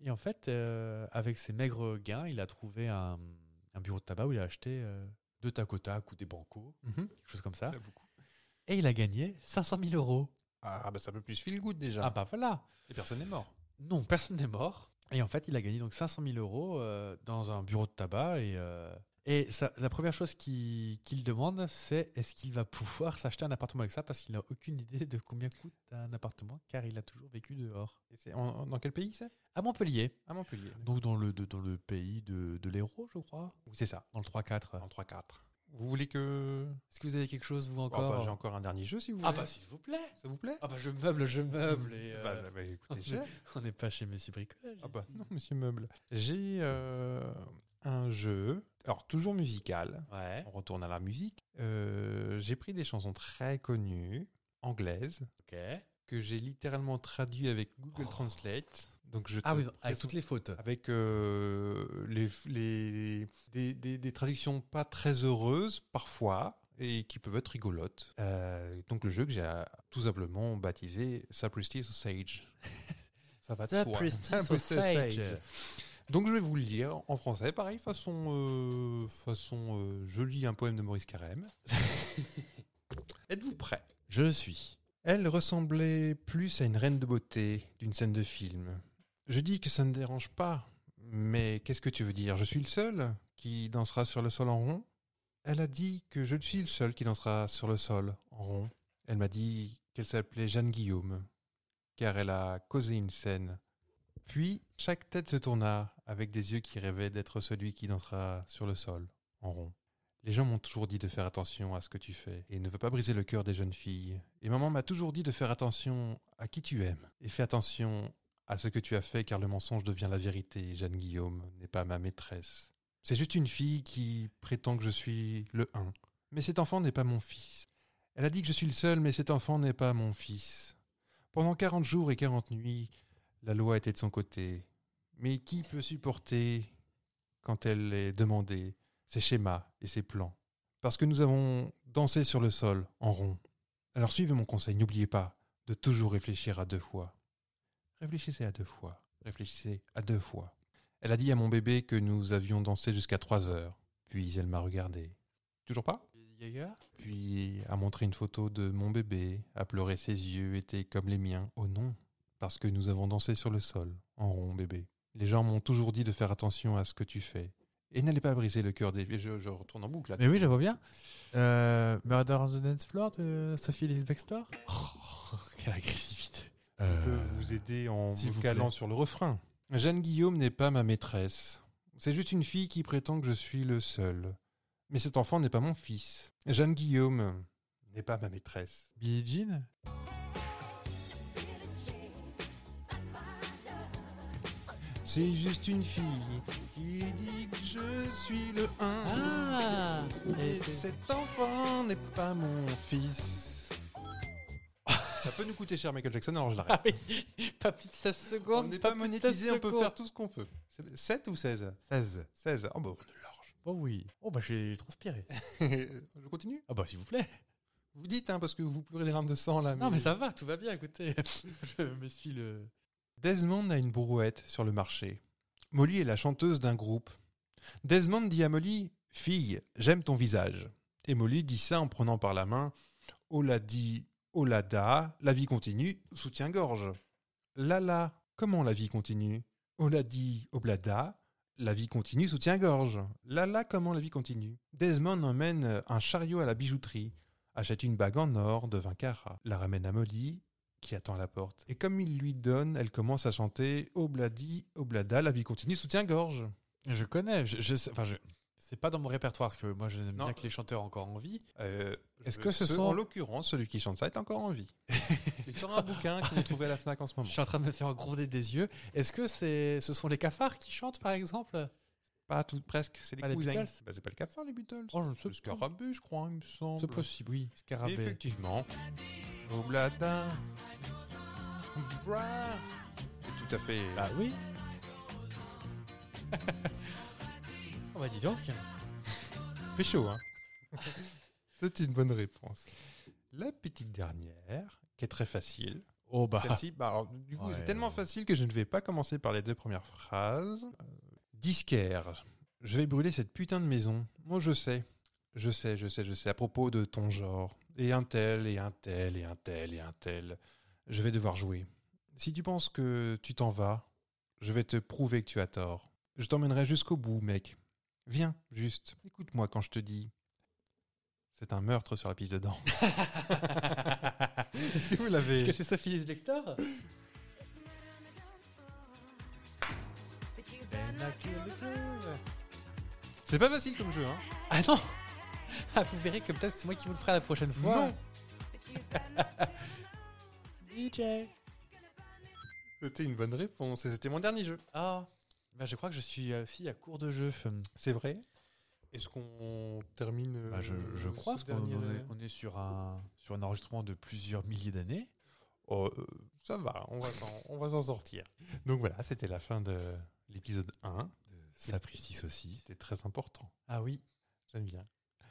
Speaker 5: Et en fait, euh, avec ses maigres gains, il a trouvé un, un bureau de tabac où il a acheté euh, deux tacotac ou des bancos,
Speaker 1: Mhm.
Speaker 5: quelque chose comme ça.
Speaker 1: Il y a beaucoup.
Speaker 5: Et il a gagné 500 000 euros.
Speaker 1: Ah bah ça peut plus feel good déjà.
Speaker 5: Ah bah voilà
Speaker 1: Et personne n'est mort.
Speaker 5: Non, personne n'est mort. Et en fait, il a gagné donc 500 000 euros euh, dans un bureau de tabac. Et, euh, et ça- la première chose qui- qu'il demande, c'est est-ce qu'il va pouvoir s'acheter un appartement avec ça Parce qu'il n'a aucune idée de combien coûte un appartement, car il a toujours vécu dehors.
Speaker 1: Et c'est en- en- dans quel pays c'est
Speaker 5: À Montpellier.
Speaker 1: À Montpellier.
Speaker 5: Donc dans le, de- dans le pays de, de l'Hérault, je crois.
Speaker 1: Oui, c'est ça.
Speaker 5: Dans le 3-4.
Speaker 1: En 3-4. Vous voulez que.
Speaker 5: Est-ce que vous avez quelque chose, vous,
Speaker 1: Oh, bah,
Speaker 5: encore
Speaker 1: J'ai encore un dernier jeu si vous voulez.
Speaker 5: Ah bah s'il vous plaît
Speaker 1: Ça vous plaît
Speaker 5: Ah bah je meuble, je meuble. Et, euh,
Speaker 1: Bah, bah, bah, écoutez, j'ai.
Speaker 5: on n'est pas chez Monsieur Bricolage.
Speaker 1: Ah bah non, monsieur Meuble. J'ai euh, un jeu, alors toujours musical.
Speaker 5: Ouais.
Speaker 1: On retourne à la musique. Euh, j'ai pris des chansons très connues, anglaises,
Speaker 5: Ok.
Speaker 1: que j'ai littéralement traduit avec Google
Speaker 5: Oh.
Speaker 1: Translate. Donc je
Speaker 5: Ah
Speaker 1: te
Speaker 5: oui, non, avec
Speaker 1: présente-
Speaker 5: toutes les fautes.
Speaker 1: avec euh, les, les- des, des- des traductions pas très heureuses parfois et qui peuvent être rigolotes. Euh, donc le jeu que j'ai euh, tout simplement baptisé Sapristi Sausage. Ça va de soi.
Speaker 5: Sapristi
Speaker 1: Sapristi
Speaker 5: Sausage.
Speaker 1: Donc je vais vous le lire en français, pareil, façon, euh, façon euh, je lis un poème de Maurice Carême. Êtes-vous prêts
Speaker 5: Je suis.
Speaker 1: elle ressemblait plus à une reine de beauté d'une scène de film. Je dis que ça ne dérange pas, mais qu'est-ce que tu veux dire Je suis le seul qui dansera sur le sol en rond Elle a dit que je suis le seul qui dansera sur le sol en rond. Elle m'a dit qu'elle s'appelait Jeanne Guillaume, car elle a causé une scène. Puis chaque tête se tourna avec des yeux qui rêvaient d'être celui qui dansera sur le sol en rond. Les gens m'ont toujours dit de faire attention à ce que tu fais et ne veux pas briser le cœur des jeunes filles. Et maman m'a toujours dit de faire attention à qui tu aimes. Et fais attention à ce que tu as fait car le mensonge devient la vérité. Jeanne Guillaume n'est pas ma maîtresse. C'est juste une fille qui prétend que je suis le un. Mais cet enfant n'est pas mon fils. Elle a dit que je suis le seul, mais cet enfant n'est pas mon fils. Pendant 40 jours et 40 nuits, la loi était de son côté. Mais qui peut supporter quand elle est demandée ses schémas et ses plans. Parce que nous avons dansé sur le sol, en rond. Alors suivez mon conseil, n'oubliez pas de toujours réfléchir à deux fois. Réfléchissez à deux fois. Réfléchissez à deux fois. Elle a dit à mon bébé que nous avions dansé jusqu'à trois heures. Puis elle m'a regardé. Toujours pas
Speaker 5: Yaga
Speaker 1: Puis a montré une photo de mon bébé, a pleuré ses yeux, étaient comme les miens. Oh non, parce que nous avons dansé sur le sol, en rond bébé. Les gens m'ont toujours dit de faire attention à ce que tu fais. Et n'allez pas briser le cœur des... Je, je retourne en boucle là.
Speaker 5: Mais oui, je vois bien. Euh, Murder on the Dance Floor de Sophie Elise Bextor. Oh, quelle agressivité. Euh,
Speaker 1: Je peux vous aider en
Speaker 5: s'il
Speaker 1: vous,
Speaker 5: vous
Speaker 1: calant
Speaker 5: plaît.
Speaker 1: sur le refrain. Jeanne Guillaume n'est pas ma maîtresse. C'est juste une fille qui prétend que je suis le seul. Mais cet enfant n'est pas mon fils. Jeanne Guillaume n'est pas ma maîtresse.
Speaker 5: Billie Jean
Speaker 1: C'est juste une fille qui dit que je suis le un.
Speaker 5: Ah
Speaker 1: et cet enfant n'est pas mon fils. Ça peut nous coûter cher, Michael Jackson, alors je l'arrête.
Speaker 5: Pas plus de 16
Speaker 1: On
Speaker 5: secondes.
Speaker 1: n'est pas monétisé, on peut faire tout ce qu'on peut. C'est 7 ou 16
Speaker 5: 16.
Speaker 1: 16. Oh, bah, on
Speaker 5: Oh oui. Oh bah j'ai transpiré.
Speaker 1: est large. je continue
Speaker 5: Ah bah s'il vous plaît.
Speaker 1: Vous dites, hein, parce que vous pleurez des larmes de sang là.
Speaker 5: Non mais ça va, tout va bien, écoutez. Je me suis le...
Speaker 1: Desmond a une brouette sur le marché. Molly est la chanteuse d'un groupe. Desmond dit à Molly Fille, j'aime ton visage. Et Molly dit ça en prenant par la main Ola dit, Ola da, la vie continue, soutien-gorge. Lala, comment la vie continue Ola dit, Oblada, la vie continue, soutien-gorge. Lala, comment la vie continue Desmond emmène un chariot à la bijouterie, achète une bague en or de 20 carats, la ramène à Molly, qui attend à la porte. Et comme il lui donne, elle commence à chanter Obladi, Oblada, la vie continue, soutien-gorge.
Speaker 5: Je connais, je, je sais- enfin je... C'est pas dans mon répertoire, parce que moi je n'aime
Speaker 1: Non.
Speaker 5: bien que les chanteurs encore en vie.
Speaker 1: Euh,
Speaker 5: Est-ce que ce
Speaker 1: ce-
Speaker 5: sont-
Speaker 1: En l'occurrence, celui qui chante ça est encore en vie. il sort un bouquin qu'on trouvait à la Fnac en ce
Speaker 5: Je
Speaker 1: moment.
Speaker 5: suis en train de me faire gronder des yeux. Est-ce que c'est, ce sont les cafards qui chantent, par exemple
Speaker 1: Pas tout, presque, c'est les
Speaker 5: Pas les
Speaker 1: cousins.
Speaker 5: Beatles
Speaker 1: Bah, c'est pas le cafard, les Beatles.
Speaker 5: Oh, je ne sais
Speaker 1: le scarabée, je crois, il me semble.
Speaker 5: C'est possible, oui. Scarabée.
Speaker 1: Effectivement. Oblada. Bra. C'est tout à fait. euh,
Speaker 5: Bah oui. On bah dis donc.
Speaker 1: fait chaud, hein C'est une bonne réponse. La petite dernière, qui est très facile.
Speaker 5: Oh bah.
Speaker 1: Celle-ci, bah, alors, du coup,
Speaker 5: Ouais.
Speaker 1: c'est tellement facile que je ne vais pas commencer par les deux premières phrases. Euh, disquaire. Je vais brûler cette putain de maison. Moi, je sais. Je sais, je sais, je sais. À propos de ton genre. Et un tel, et un tel, et un tel, et un tel. Je vais devoir jouer. Si tu penses que tu t'en vas, je vais te prouver que tu as tort. Je t'emmènerai jusqu'au bout, mec. Viens, juste. Écoute-moi quand je te dis. C'est un meurtre sur la piste de danse. Est-ce que vous l'avez
Speaker 5: Est-ce que c'est Sophie Lector
Speaker 1: C'est pas facile comme jeu, hein
Speaker 5: Ah non Ah vous verrez que peut-être c'est moi qui vous le ferai la prochaine fois.
Speaker 1: Non.
Speaker 5: DJ
Speaker 1: C'était une bonne réponse et c'était mon dernier jeu.
Speaker 5: Ah bah, je crois que je suis euh, aussi à court de jeu.
Speaker 1: C'est vrai Est-ce qu'on termine euh,
Speaker 5: Bah, je, je
Speaker 1: ce
Speaker 5: crois parce qu'on
Speaker 1: dernier-
Speaker 5: on est, on est sur un sur un enregistrement de plusieurs milliers d'années.
Speaker 1: Oh, euh, ça va, on va s'en- on va s'en sortir. Donc voilà, c'était la fin de l'épisode 1.
Speaker 5: Sapristi saucisse.
Speaker 1: C'était très important.
Speaker 5: Ah oui,
Speaker 1: J'aime bien.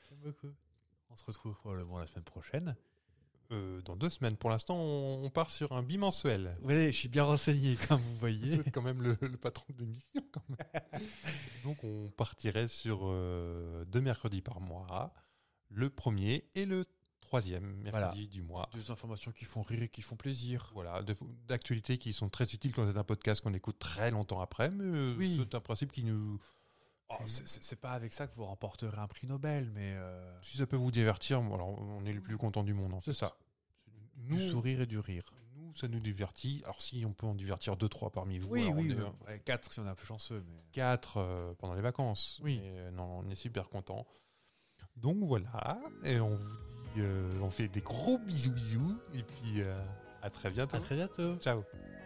Speaker 5: j'aime beaucoup. On se retrouve probablement la semaine prochaine.
Speaker 1: Euh, dans deux semaines, pour l'instant, on, on part sur un bimensuel.
Speaker 5: Vous voyez, je suis bien renseigné comme vous
Speaker 1: Vous
Speaker 5: voyez.
Speaker 1: êtes quand même le, le patron de l'émission. quand même. Donc on partirait sur euh, deux mercredis par mois, le premier et le troisième
Speaker 5: Voilà.
Speaker 1: mercredi du mois.
Speaker 5: Des informations qui font rire et qui font plaisir.
Speaker 1: Voilà, de- d'actualités qui sont très utiles quand c'est un podcast qu'on écoute très longtemps après, mais euh,
Speaker 5: Oui.
Speaker 1: c'est un principe qui nous...
Speaker 5: Oh, c'est- c'est c'est pas avec ça que vous remporterez un prix Nobel, mais euh,
Speaker 1: Si ça peut vous divertir, bon, alors on est les plus contents du monde. en fait.
Speaker 5: c'est ça. Du
Speaker 1: Nous,
Speaker 5: sourire et du rire.
Speaker 1: nous, ça nous divertit. Alors si on peut en divertir deux, trois parmi vous, alors on est
Speaker 5: euh, ouais, quatre si on est un peu chanceux, mais
Speaker 1: quatre euh, pendant les vacances.
Speaker 5: Oui.
Speaker 1: Mais, euh, non, on est super contents. Donc voilà, et on vous dit, euh, on fait des gros bisous bisous, et puis euh, à très bientôt.
Speaker 5: à très bientôt.
Speaker 1: Ciao.
Speaker 5: Ciao.